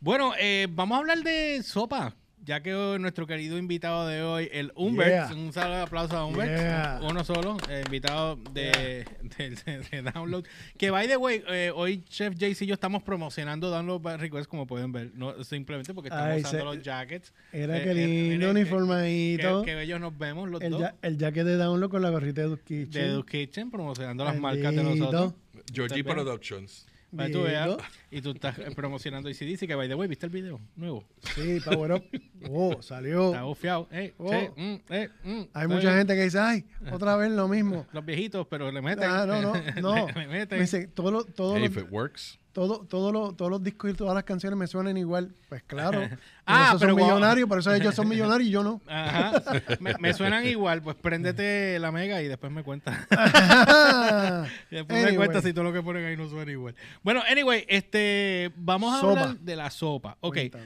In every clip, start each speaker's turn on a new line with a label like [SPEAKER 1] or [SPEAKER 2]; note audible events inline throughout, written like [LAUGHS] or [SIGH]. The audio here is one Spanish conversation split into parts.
[SPEAKER 1] Bueno, eh, vamos a hablar de sopa, ya que hoy nuestro querido invitado de hoy, el Humbert,
[SPEAKER 2] Yeah.
[SPEAKER 1] un saludo de aplauso a Humbert,
[SPEAKER 2] Yeah.
[SPEAKER 1] uno solo, eh, invitado de, de- de- de Download. Que by the way, eh, hoy Chef JC y yo estamos promocionando Download by Request, como pueden ver, no simplemente porque estamos
[SPEAKER 2] Ay,
[SPEAKER 1] usando
[SPEAKER 2] se-
[SPEAKER 1] los jackets.
[SPEAKER 2] Era
[SPEAKER 1] Eh,
[SPEAKER 2] que
[SPEAKER 1] eh,
[SPEAKER 2] lindo,
[SPEAKER 1] eh, Que,
[SPEAKER 2] uniformadito.
[SPEAKER 1] que bellos nos vemos los
[SPEAKER 2] el,
[SPEAKER 1] dos.
[SPEAKER 2] ja- el jacket de download con la gorrita de Duke
[SPEAKER 1] de
[SPEAKER 2] Kitchen.
[SPEAKER 1] Duke Kitchen, promocionando las marcas de nosotros.
[SPEAKER 3] Georgie
[SPEAKER 1] También.
[SPEAKER 3] Productions.
[SPEAKER 1] Para que tú veas.
[SPEAKER 2] Bendito.
[SPEAKER 1] Y tú estás eh, promocionando ICDC, que by the way, ¿viste el video? Nuevo.
[SPEAKER 2] Sí, está bueno.
[SPEAKER 1] [LAUGHS]
[SPEAKER 2] Oh,
[SPEAKER 1] Está
[SPEAKER 2] salió.
[SPEAKER 1] bufiado. Eh,
[SPEAKER 2] Oh.
[SPEAKER 1] che, mm, eh, mm, está
[SPEAKER 2] Hay mucha
[SPEAKER 1] bien.
[SPEAKER 2] gente que dice, ay, otra vez
[SPEAKER 1] [LAUGHS]
[SPEAKER 2] lo mismo.
[SPEAKER 1] Los viejitos, pero le meten. [LAUGHS]
[SPEAKER 2] Ah, no, no, no.
[SPEAKER 1] le, le
[SPEAKER 2] Me
[SPEAKER 1] meten.
[SPEAKER 2] dicen, todos los- todos
[SPEAKER 3] Hey,
[SPEAKER 2] los-
[SPEAKER 3] if it works.
[SPEAKER 2] todo- todo lo- todos los discos y todas las canciones me suenan igual. Pues claro. por
[SPEAKER 1] [LAUGHS] Ah,
[SPEAKER 2] eso
[SPEAKER 1] pero
[SPEAKER 2] son
[SPEAKER 1] guau.
[SPEAKER 2] millonarios, por eso
[SPEAKER 1] [LAUGHS]
[SPEAKER 2] ellos son millonarios y yo no.
[SPEAKER 1] Ajá.
[SPEAKER 2] [LAUGHS]
[SPEAKER 1] Me, me suenan igual, pues préndete la mega y después me cuentas. [LAUGHS] Después me
[SPEAKER 2] Anyway.
[SPEAKER 1] cuentas si todo lo que ponen ahí no suena igual. Bueno, anyway, este, vamos a
[SPEAKER 2] Sopa.
[SPEAKER 1] hablar de la sopa. Ok,
[SPEAKER 2] Cuéntame.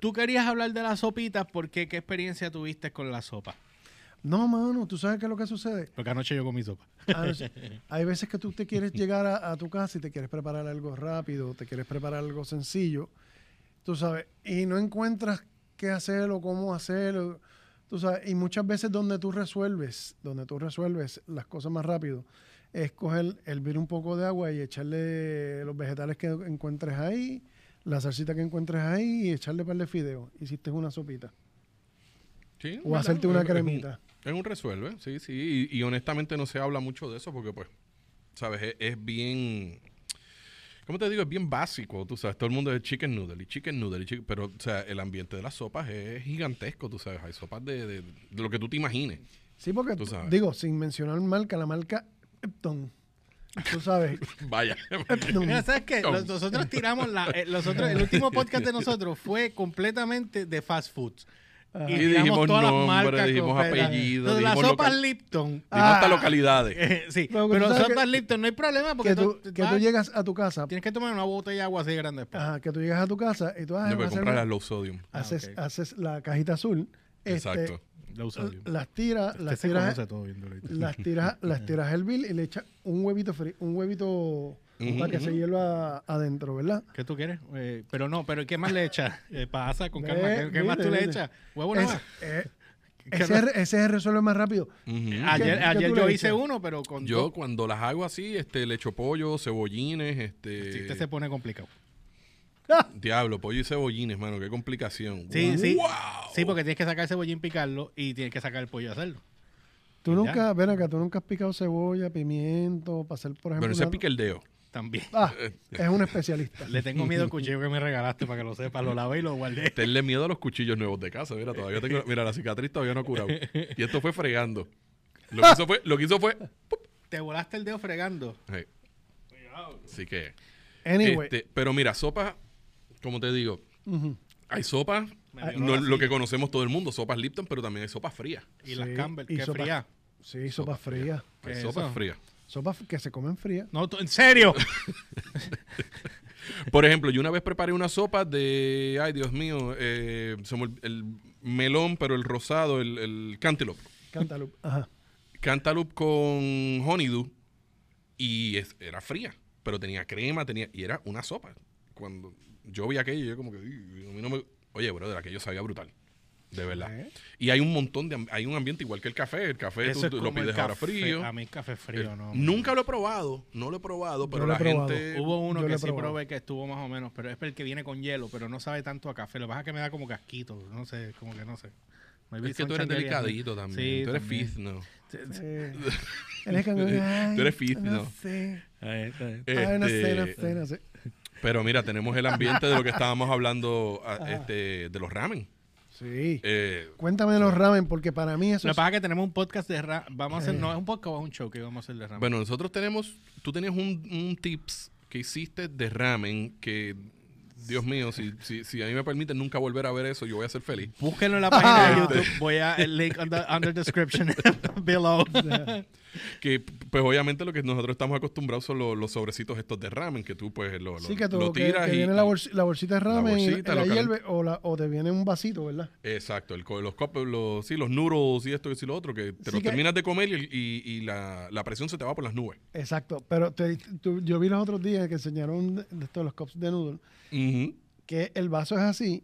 [SPEAKER 1] tú querías hablar de las sopitas porque qué experiencia tuviste con la sopa.
[SPEAKER 2] No, mano, tú sabes qué es lo que sucede.
[SPEAKER 1] Porque anoche yo comí sopa.
[SPEAKER 2] Ah,
[SPEAKER 3] [LAUGHS]
[SPEAKER 2] no sé. Hay veces que tú te quieres llegar a, a tu casa y te quieres preparar algo rápido, te quieres preparar algo sencillo, tú sabes, y no encuentras qué hacer o cómo hacerlo, tú sabes, y muchas veces donde tú resuelves, donde tú resuelves las cosas más rápido, es coger, hervir un poco de agua y echarle los vegetales que encuentres ahí, la salsita que encuentres ahí y echarle par de fideos. Hiciste una sopita.
[SPEAKER 3] Sí,
[SPEAKER 2] O
[SPEAKER 3] ¿verdad?
[SPEAKER 2] hacerte una
[SPEAKER 3] Es- es un-
[SPEAKER 2] cremita.
[SPEAKER 3] Es un, resuelve, sí, sí. Y, y honestamente no se habla mucho de eso porque, pues, sabes, es, es bien... ¿Cómo te digo? Es bien básico, tú sabes. Todo el mundo es chicken noodle y chicken noodle y chicken... Pero, o sea, el ambiente de las sopas es gigantesco, tú sabes. Hay sopas de, de- de lo que tú te imagines. [LAUGHS]
[SPEAKER 2] Sí, porque,
[SPEAKER 3] Tú
[SPEAKER 2] tú-
[SPEAKER 3] sabes.
[SPEAKER 2] digo, sin mencionar marca, la marca Epton. Tú sabes, [LAUGHS]
[SPEAKER 3] Vaya.
[SPEAKER 2] Epton.
[SPEAKER 1] Mira, ¿sabes qué?
[SPEAKER 3] No.
[SPEAKER 1] Nos- Nosotros tiramos la, eh, nosotros- el último podcast de nosotros fue completamente de fast food.
[SPEAKER 3] Y
[SPEAKER 1] tiramos
[SPEAKER 3] dijimos nombre, dijimos
[SPEAKER 1] completas.
[SPEAKER 3] apellido,
[SPEAKER 1] Entonces, las
[SPEAKER 3] dijimos
[SPEAKER 1] sopas
[SPEAKER 3] local-
[SPEAKER 1] Lipton.
[SPEAKER 3] Digo hasta
[SPEAKER 2] Ah.
[SPEAKER 3] localidades.
[SPEAKER 1] eh, sí,
[SPEAKER 2] Pero tú
[SPEAKER 1] pero
[SPEAKER 2] sabes
[SPEAKER 1] sopas
[SPEAKER 2] que-
[SPEAKER 1] Lipton no hay problema porque
[SPEAKER 2] que tú,
[SPEAKER 1] tú-
[SPEAKER 2] que
[SPEAKER 1] vas-
[SPEAKER 2] tú llegas a tu casa,
[SPEAKER 1] tienes que tomar una botella de agua así grande. pa.
[SPEAKER 2] ajá, que tú llegas a tu casa y tú ah,
[SPEAKER 3] No,
[SPEAKER 2] voy a
[SPEAKER 3] pero
[SPEAKER 2] hacer
[SPEAKER 3] comprar
[SPEAKER 2] una-
[SPEAKER 3] las low sodium.
[SPEAKER 1] Ah,
[SPEAKER 2] haces,
[SPEAKER 1] ok.
[SPEAKER 2] haces la cajita azul, este,
[SPEAKER 3] Exacto.
[SPEAKER 1] La uso
[SPEAKER 2] l-
[SPEAKER 1] yo.
[SPEAKER 2] las tiras,
[SPEAKER 1] Usted
[SPEAKER 2] las
[SPEAKER 1] Este se
[SPEAKER 2] tiras,
[SPEAKER 1] conoce todo bien, Dorito. [LAUGHS]
[SPEAKER 2] las tiras, las tiras a hervir y le echas un huevito fri- un huevito para que se hierva adentro, ¿verdad?
[SPEAKER 1] ¿Qué tú quieres? Eh, pero no, pero ¿qué más le echas?
[SPEAKER 2] [LAUGHS]
[SPEAKER 1] Eh, pasa, con calma.
[SPEAKER 2] Ve,
[SPEAKER 1] ¿Qué, qué más
[SPEAKER 2] viste,
[SPEAKER 1] tú le
[SPEAKER 2] viste.
[SPEAKER 1] echas? Huevo
[SPEAKER 2] Es-
[SPEAKER 1] nada más.
[SPEAKER 2] eh,
[SPEAKER 1] ¿Qué
[SPEAKER 2] ese,
[SPEAKER 1] más?
[SPEAKER 2] es- ese es el resuelve más rápido.
[SPEAKER 3] Ujú.
[SPEAKER 1] Ayer,
[SPEAKER 2] ¿qué
[SPEAKER 1] ayer
[SPEAKER 2] tú
[SPEAKER 1] yo
[SPEAKER 2] le
[SPEAKER 1] hice
[SPEAKER 2] echas?
[SPEAKER 1] uno, pero con
[SPEAKER 3] Yo
[SPEAKER 1] dos.
[SPEAKER 3] cuando las hago así, este, le echo pollo, cebollines, este...
[SPEAKER 1] Sí, usted se pone complicado.
[SPEAKER 2] Ah,
[SPEAKER 3] Diablo, pollo y cebollines, mano, qué complicación.
[SPEAKER 1] Sí, sí.
[SPEAKER 3] ¡Wow!
[SPEAKER 1] Sí, porque tienes que sacar el cebollín, picarlo y tienes que sacar el pollo y hacerlo.
[SPEAKER 2] Tú
[SPEAKER 1] Ya.
[SPEAKER 2] nunca, ven acá, tú nunca has picado cebolla, pimiento, para hacer, por ejemplo,
[SPEAKER 3] Pero ese
[SPEAKER 2] una-
[SPEAKER 3] piqueldeo. [LAUGHS]
[SPEAKER 1] También.
[SPEAKER 2] Ah, es un especialista.
[SPEAKER 1] Le tengo miedo al cuchillo que me regalaste para que lo sepas. Lo lavé y lo guardé.
[SPEAKER 3] Tenle miedo a los cuchillos nuevos de casa. Mira, todavía tengo. Mira, la cicatriz todavía no ha curado. Y esto fue fregando. Lo que hizo fue. Lo que hizo fue ¡pup!
[SPEAKER 1] Te volaste el dedo fregando.
[SPEAKER 3] Sí. Así que.
[SPEAKER 2] Anyway,
[SPEAKER 3] [LAUGHS] este, pero mira, sopas, como te digo,
[SPEAKER 2] ujú.
[SPEAKER 3] hay sopas,
[SPEAKER 1] Me violó
[SPEAKER 3] no
[SPEAKER 1] la
[SPEAKER 3] lo
[SPEAKER 1] silla.
[SPEAKER 3] que conocemos todo el mundo, sopas Lipton, pero también hay sopas frías.
[SPEAKER 1] Y las
[SPEAKER 2] Sí,
[SPEAKER 1] Campbell,
[SPEAKER 2] y
[SPEAKER 1] que
[SPEAKER 2] sopa-
[SPEAKER 1] fría.
[SPEAKER 2] Sí, sopas frías.
[SPEAKER 1] ¿Qué
[SPEAKER 3] Hay
[SPEAKER 1] es
[SPEAKER 3] sopas
[SPEAKER 1] eso?
[SPEAKER 3] frías.
[SPEAKER 2] Sopas que se comen frías.
[SPEAKER 1] No, tú- en serio.
[SPEAKER 3] Por ejemplo, yo una vez preparé una sopa de. Ay, Dios mío, eh, se me ol- el melón, pero el rosado, el, el cantaloupe.
[SPEAKER 2] Cantaloupe. Ajá.
[SPEAKER 3] Cantaloupe con honeydew y es- era fría, pero tenía crema, tenía y era una sopa. Cuando yo vi aquello, yo como que "Uy, a mí no me- oye, brother, aquello sabía brutal. De verdad.
[SPEAKER 2] ¿Eh?
[SPEAKER 3] Y hay un montón de am- hay un ambiente igual que el café, el café tú-
[SPEAKER 1] Eso es
[SPEAKER 3] tú lo
[SPEAKER 1] como el
[SPEAKER 3] pides ahora
[SPEAKER 1] café.
[SPEAKER 3] frío.
[SPEAKER 1] A mí el café frío,
[SPEAKER 3] Eh,
[SPEAKER 1] no.
[SPEAKER 3] Nunca lo he probado, no lo he probado, pero
[SPEAKER 2] lo he
[SPEAKER 3] la
[SPEAKER 2] probado.
[SPEAKER 3] gente
[SPEAKER 1] Hubo uno
[SPEAKER 2] Yo lo
[SPEAKER 1] que
[SPEAKER 2] he
[SPEAKER 1] sí
[SPEAKER 2] probado.
[SPEAKER 1] probé que estuvo más o menos, pero es el que viene con hielo, pero no sabe tanto a café. Lo que pasa es que me da como casquito, no sé, como que no sé. Maybe
[SPEAKER 3] es que
[SPEAKER 1] son
[SPEAKER 3] tú eres
[SPEAKER 1] changuerías, ¿no?
[SPEAKER 3] delicadito también,
[SPEAKER 1] Sí,
[SPEAKER 3] tú eres
[SPEAKER 1] también.
[SPEAKER 3] fitno.
[SPEAKER 2] Eh,
[SPEAKER 3] [LAUGHS]
[SPEAKER 2] él es como que, "Ay,
[SPEAKER 3] Tú eres fit,
[SPEAKER 2] No
[SPEAKER 3] ¿no?
[SPEAKER 2] sé.
[SPEAKER 1] Ahí está, ahí está.
[SPEAKER 2] Ay, no sé, no
[SPEAKER 3] Este,
[SPEAKER 2] sé, no sé.
[SPEAKER 3] Pero mira, tenemos el ambiente de lo que
[SPEAKER 1] [LAUGHS]
[SPEAKER 3] estábamos hablando a- este, de los ramen.
[SPEAKER 2] Sí.
[SPEAKER 3] Eh,
[SPEAKER 2] Cuéntame de los ramen, porque para mí eso
[SPEAKER 1] Lo que
[SPEAKER 2] es... [LAUGHS]
[SPEAKER 1] pasa es que tenemos un podcast de ra- Vamos a hacer, no es un podcast, es un show que vamos a hacer de ramen.
[SPEAKER 3] Bueno, nosotros tenemos, tú tenías un, un tips que hiciste de ramen que, Dios
[SPEAKER 2] [LAUGHS]
[SPEAKER 3] mío, si, si, si a mí me permiten nunca volver a ver eso, yo voy a ser feliz.
[SPEAKER 1] Búsquenlo en la página
[SPEAKER 3] [LAUGHS]
[SPEAKER 1] de
[SPEAKER 3] Este.
[SPEAKER 1] YouTube. Voy a el link under, under description [LAUGHS] below.
[SPEAKER 3] Que, pues obviamente lo que nosotros estamos acostumbrados son los, los sobrecitos estos de ramen que tú pues lo, lo-
[SPEAKER 2] Sí, que, tú,
[SPEAKER 3] lo
[SPEAKER 2] que-
[SPEAKER 3] tiras
[SPEAKER 2] que
[SPEAKER 3] y...
[SPEAKER 2] viene la, bolsi- la bolsita de ramen y-
[SPEAKER 3] bolsita,
[SPEAKER 2] y la
[SPEAKER 3] lo calen-
[SPEAKER 2] hierve o, la- o te viene un vasito, ¿verdad?
[SPEAKER 3] Exacto, el co- los, cop- los, sí, los noodles y esto y lo otro, que
[SPEAKER 2] Sí
[SPEAKER 3] te los
[SPEAKER 2] que-
[SPEAKER 3] terminas de comer y, y- y la, la presión se te va por las nubes.
[SPEAKER 2] Exacto. Pero te- tú- yo vi los otros días que enseñaron de, de estos, los cups de noodle,
[SPEAKER 3] Ujú.
[SPEAKER 2] que el vaso es así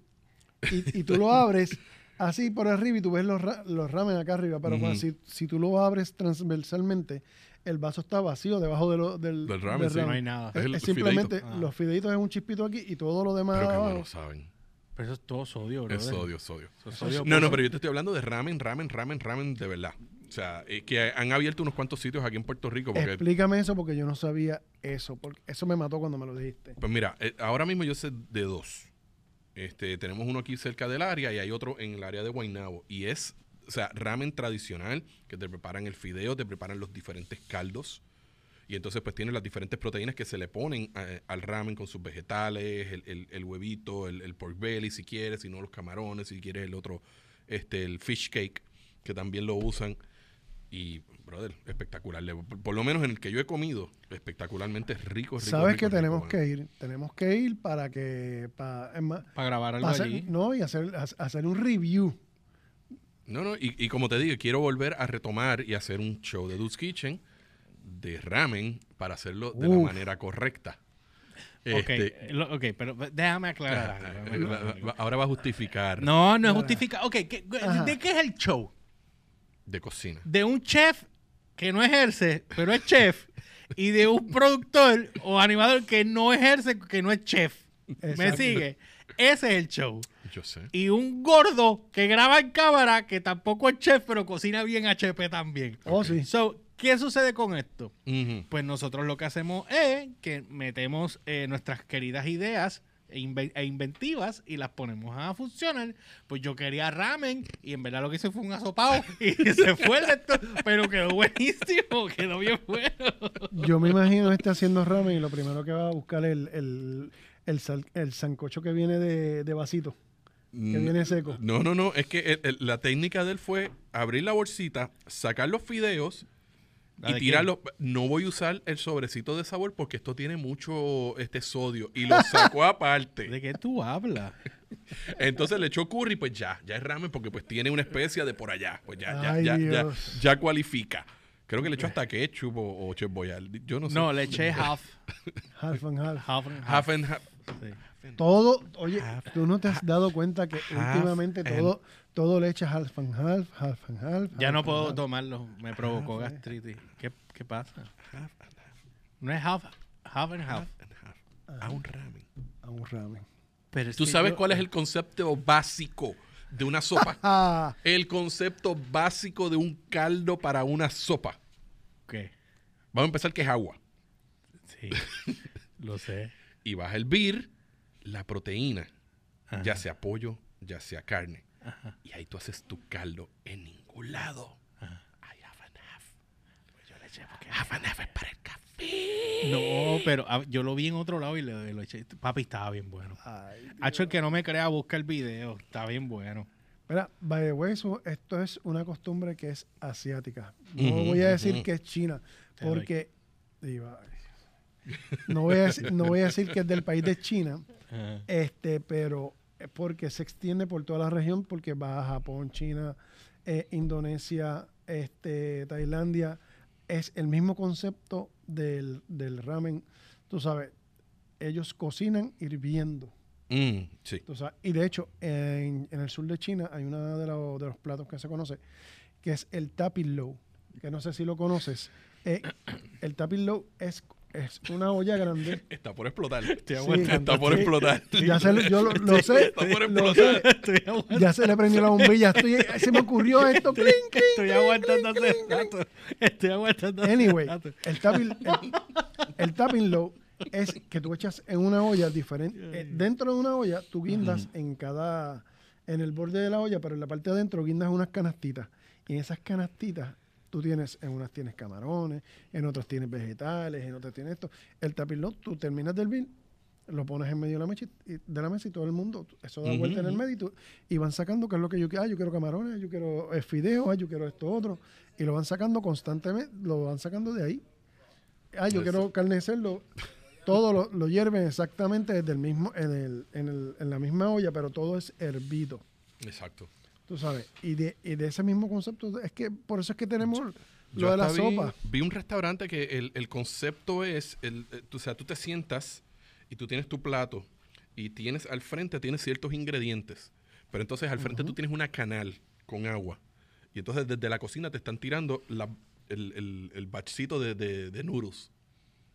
[SPEAKER 2] y, y tú lo abres así por arriba y tú ves los, ra- los ramen acá arriba, pero cuando-
[SPEAKER 3] Ujú.
[SPEAKER 2] si, si tú lo abres transversalmente, el vaso está vacío debajo de lo- del,
[SPEAKER 3] Del ramen,
[SPEAKER 2] del
[SPEAKER 3] sí.
[SPEAKER 1] No hay nada.
[SPEAKER 3] Es
[SPEAKER 2] Es,
[SPEAKER 3] el
[SPEAKER 2] es simplemente
[SPEAKER 1] fideíto. Ah.
[SPEAKER 2] los fideitos es un chispito aquí y todo lo demás
[SPEAKER 3] Pero que
[SPEAKER 2] abajo.
[SPEAKER 3] no lo saben.
[SPEAKER 1] Pero eso es todo sodio, bro.
[SPEAKER 3] Es sodio, sodio.
[SPEAKER 1] Eso es sodio pues,
[SPEAKER 3] No, no,
[SPEAKER 1] puro.
[SPEAKER 3] pero yo te estoy hablando de ramen, ramen, ramen, ramen de verdad. O sea, eh, que han abierto unos cuantos sitios aquí en Puerto Rico. Porque,
[SPEAKER 2] Explícame eso porque yo no sabía eso, porque eso me mató cuando me lo dijiste.
[SPEAKER 3] Pues mira, eh, ahora mismo yo sé de dos. Este, tenemos uno aquí cerca del área y hay otro en el área de Guaynabo. Y es, o sea, ramen tradicional, que te preparan el fideo, te preparan los diferentes caldos. Y entonces pues tienen las diferentes proteínas que se le ponen a- al ramen con sus vegetales, el, el- el huevito, el, el pork belly si quieres, si no los camarones, si quieres el otro, este, el fish cake, que también lo usan. Y, brother, espectacular. Le- Por, por lo menos en el que yo he comido, espectacularmente rico, rico.
[SPEAKER 2] Sabes
[SPEAKER 3] rico, ¿eh?
[SPEAKER 2] que
[SPEAKER 3] rico,
[SPEAKER 2] tenemos
[SPEAKER 3] mano.
[SPEAKER 2] que ir, tenemos que ir para que pa- es más,
[SPEAKER 1] Para grabar algo
[SPEAKER 2] pa hacer-
[SPEAKER 1] allí.
[SPEAKER 2] no y hacer ha- hacer un review.
[SPEAKER 3] No, no, y, y como te digo, quiero volver a retomar y hacer un show de Dude's Kitchen de ramen para hacerlo de la
[SPEAKER 2] Uf.
[SPEAKER 3] manera correcta.
[SPEAKER 1] Ok,
[SPEAKER 3] Este, [LAUGHS]
[SPEAKER 1] eh, lo- ok, pero déjame aclarar. algo,
[SPEAKER 3] ah,
[SPEAKER 1] déjame
[SPEAKER 3] va- [LAUGHS]
[SPEAKER 1] aclarar algo.
[SPEAKER 3] va- ahora va a justificar
[SPEAKER 1] No, no es justificado. Ok, ¿qué-
[SPEAKER 2] Ajá.
[SPEAKER 1] ¿de qué es el show?
[SPEAKER 3] de cocina.
[SPEAKER 1] De un chef que no ejerce, pero es chef, y de un productor o animador que no ejerce, que no es chef. ¿Me
[SPEAKER 2] Exacto.
[SPEAKER 1] sigue? Ese es el show.
[SPEAKER 3] Yo sé.
[SPEAKER 1] Y un gordo que graba en cámara, que tampoco es chef, pero cocina bien HP también.
[SPEAKER 2] Oh, sí.
[SPEAKER 1] So, ¿qué sucede con esto?
[SPEAKER 3] Ujú.
[SPEAKER 1] Pues nosotros lo que hacemos es que metemos eh, nuestras queridas ideas e, inve- e inventivas y las ponemos a funcionar. Pues yo quería ramen y en verdad lo que hice fue un asopado [LAUGHS] y se fue el esto, pero quedó buenísimo, [LAUGHS] quedó bien bueno.
[SPEAKER 2] Yo me imagino este haciendo ramen y lo primero que va a buscar es el el, el, sal- el sancocho que viene de, de vasito,
[SPEAKER 1] Mm.
[SPEAKER 2] que viene seco.
[SPEAKER 3] Mm, No, no, no, es que el- el- la técnica de él fue abrir la bolsita, sacar los fideos
[SPEAKER 1] ¿La
[SPEAKER 3] y
[SPEAKER 1] de
[SPEAKER 3] tirarlos. No voy a usar el sobrecito de sabor porque esto tiene mucho este sodio y lo
[SPEAKER 1] [LAUGHS]
[SPEAKER 3] sacó aparte.
[SPEAKER 1] ¿De qué tú hablas?
[SPEAKER 3] Entonces le echó curry, pues ya, ya es ramen porque pues tiene una especia de por allá. Pues ya, ya,
[SPEAKER 2] Ay,
[SPEAKER 3] ya, ya,
[SPEAKER 2] Dios.
[SPEAKER 3] ya cualifica. Creo que le echó hasta ketchup o, o chef boyard. Yo no sé.
[SPEAKER 1] No, le eché half.
[SPEAKER 2] Half and half.
[SPEAKER 1] Half and half.
[SPEAKER 3] Half and half.
[SPEAKER 1] sí.
[SPEAKER 2] Todo, oye, tú no te has dado cuenta que últimamente
[SPEAKER 3] and-
[SPEAKER 2] todo todo le echas half and half, half and half.
[SPEAKER 1] Ya
[SPEAKER 2] half
[SPEAKER 1] no
[SPEAKER 2] and
[SPEAKER 1] puedo
[SPEAKER 2] half.
[SPEAKER 1] tomarlo, me provocó gastritis. ¿Qué, qué pasa? No es half, half and half.
[SPEAKER 3] and half. A un ramen.
[SPEAKER 2] a un ramen.
[SPEAKER 1] Pero es
[SPEAKER 3] ¿Tú
[SPEAKER 1] que
[SPEAKER 3] sabes
[SPEAKER 1] yo-
[SPEAKER 3] cuál
[SPEAKER 2] eh.
[SPEAKER 3] es el concepto básico de
[SPEAKER 2] [LAUGHS]
[SPEAKER 3] una sopa?
[SPEAKER 2] Ah,
[SPEAKER 3] el concepto básico de un caldo para una sopa.
[SPEAKER 1] ¿Qué?
[SPEAKER 3] Vamos a empezar que es agua.
[SPEAKER 1] Sí, [LAUGHS] lo sé.
[SPEAKER 3] Y vas a hervir la proteína,
[SPEAKER 1] Ajá.
[SPEAKER 3] ya sea pollo, ya sea carne. Y ahí tú haces tu caldo en ningún lado. Hay half and half. Half and half es para el café.
[SPEAKER 1] ah, No, pero ah, yo lo vi en otro lado y le, lo eché. Papi, estaba bien bueno.
[SPEAKER 2] ay.
[SPEAKER 1] Hacho, el que no me crea, busca el video. Está bien bueno.
[SPEAKER 2] Mira, by the way, eso- esto es una costumbre que es asiática. No
[SPEAKER 3] Ujú,
[SPEAKER 2] voy a decir
[SPEAKER 3] ujú.
[SPEAKER 2] que es china,
[SPEAKER 1] Te doy.
[SPEAKER 2] porque iba- no, voy a, dec- no voy a decir que es del país de China, este, pero es porque se extiende por toda la región, porque va a Japón, China, eh, Indonesia, este, Tailandia. Es el mismo concepto del, del ramen. Tú sabes, ellos cocinan hirviendo.
[SPEAKER 3] Mm, sí.
[SPEAKER 2] Tú sabes, y de hecho, en, en el sur de China hay uno de, los- de los platos que se conoce, que es el tapilou, que no sé si lo conoces. Eh, el tapilou es, es una olla grande.
[SPEAKER 3] Está
[SPEAKER 2] [LAUGHS]
[SPEAKER 3] por explotar.
[SPEAKER 1] Te
[SPEAKER 2] aguanto.
[SPEAKER 3] Está por
[SPEAKER 1] [LAUGHS]
[SPEAKER 2] Sí.
[SPEAKER 3] explotar.
[SPEAKER 2] Ya se, le- yo lo, lo sé,
[SPEAKER 3] Está
[SPEAKER 2] [LAUGHS]
[SPEAKER 3] por
[SPEAKER 2] lo
[SPEAKER 3] explotar.
[SPEAKER 2] sé.
[SPEAKER 1] [LAUGHS]
[SPEAKER 2] Ya se le prendió la bombilla. Estoy- se me ocurrió esto. clink, clink.
[SPEAKER 1] Estoy aguantando hace rato. Estoy aguantando hace
[SPEAKER 2] Anyway,
[SPEAKER 1] rato.
[SPEAKER 2] el tapping, el, el tapping low es que tú echas en una olla diferente. eh, dentro de una olla, tú guindas en cada. en el borde de la olla, pero en la parte de adentro guindas unas canastitas. Y en esas canastitas, tú tienes. en unas tienes camarones, en otras tienes vegetales, en otras tienes esto. El tapping low, tú terminas del bill. Lo pones en medio de la, mecha y- y- de la mesa y todo el mundo, eso da
[SPEAKER 3] Ujú,
[SPEAKER 2] vuelta en el
[SPEAKER 3] ujú.
[SPEAKER 2] medio y, tú- y van sacando qué es lo que yo quiero. Ah, yo quiero camarones, yo quiero eh, fideos, ah, yo quiero esto otro. Y lo van sacando constantemente, lo van sacando de ahí. Ah, yo quiero carne de cerdo. Todo lo, lo hierven exactamente desde el mismo, en, el- en el- en la misma olla, pero todo es hervido.
[SPEAKER 3] Exacto.
[SPEAKER 2] Tú sabes. Y de, y de ese mismo concepto, es que por eso es que tenemos
[SPEAKER 3] Yo
[SPEAKER 2] lo de la
[SPEAKER 3] hasta vi-
[SPEAKER 2] sopa.
[SPEAKER 3] Vi un restaurante que el, el concepto es, el, eh, tú- o sea, tú te sientas y tú tienes tu plato y tienes al frente tienes ciertos ingredientes, pero entonces al frente tú tienes una canal con agua. Y entonces desde la cocina te están tirando la- el, el, el bachcito de, de, de noodles.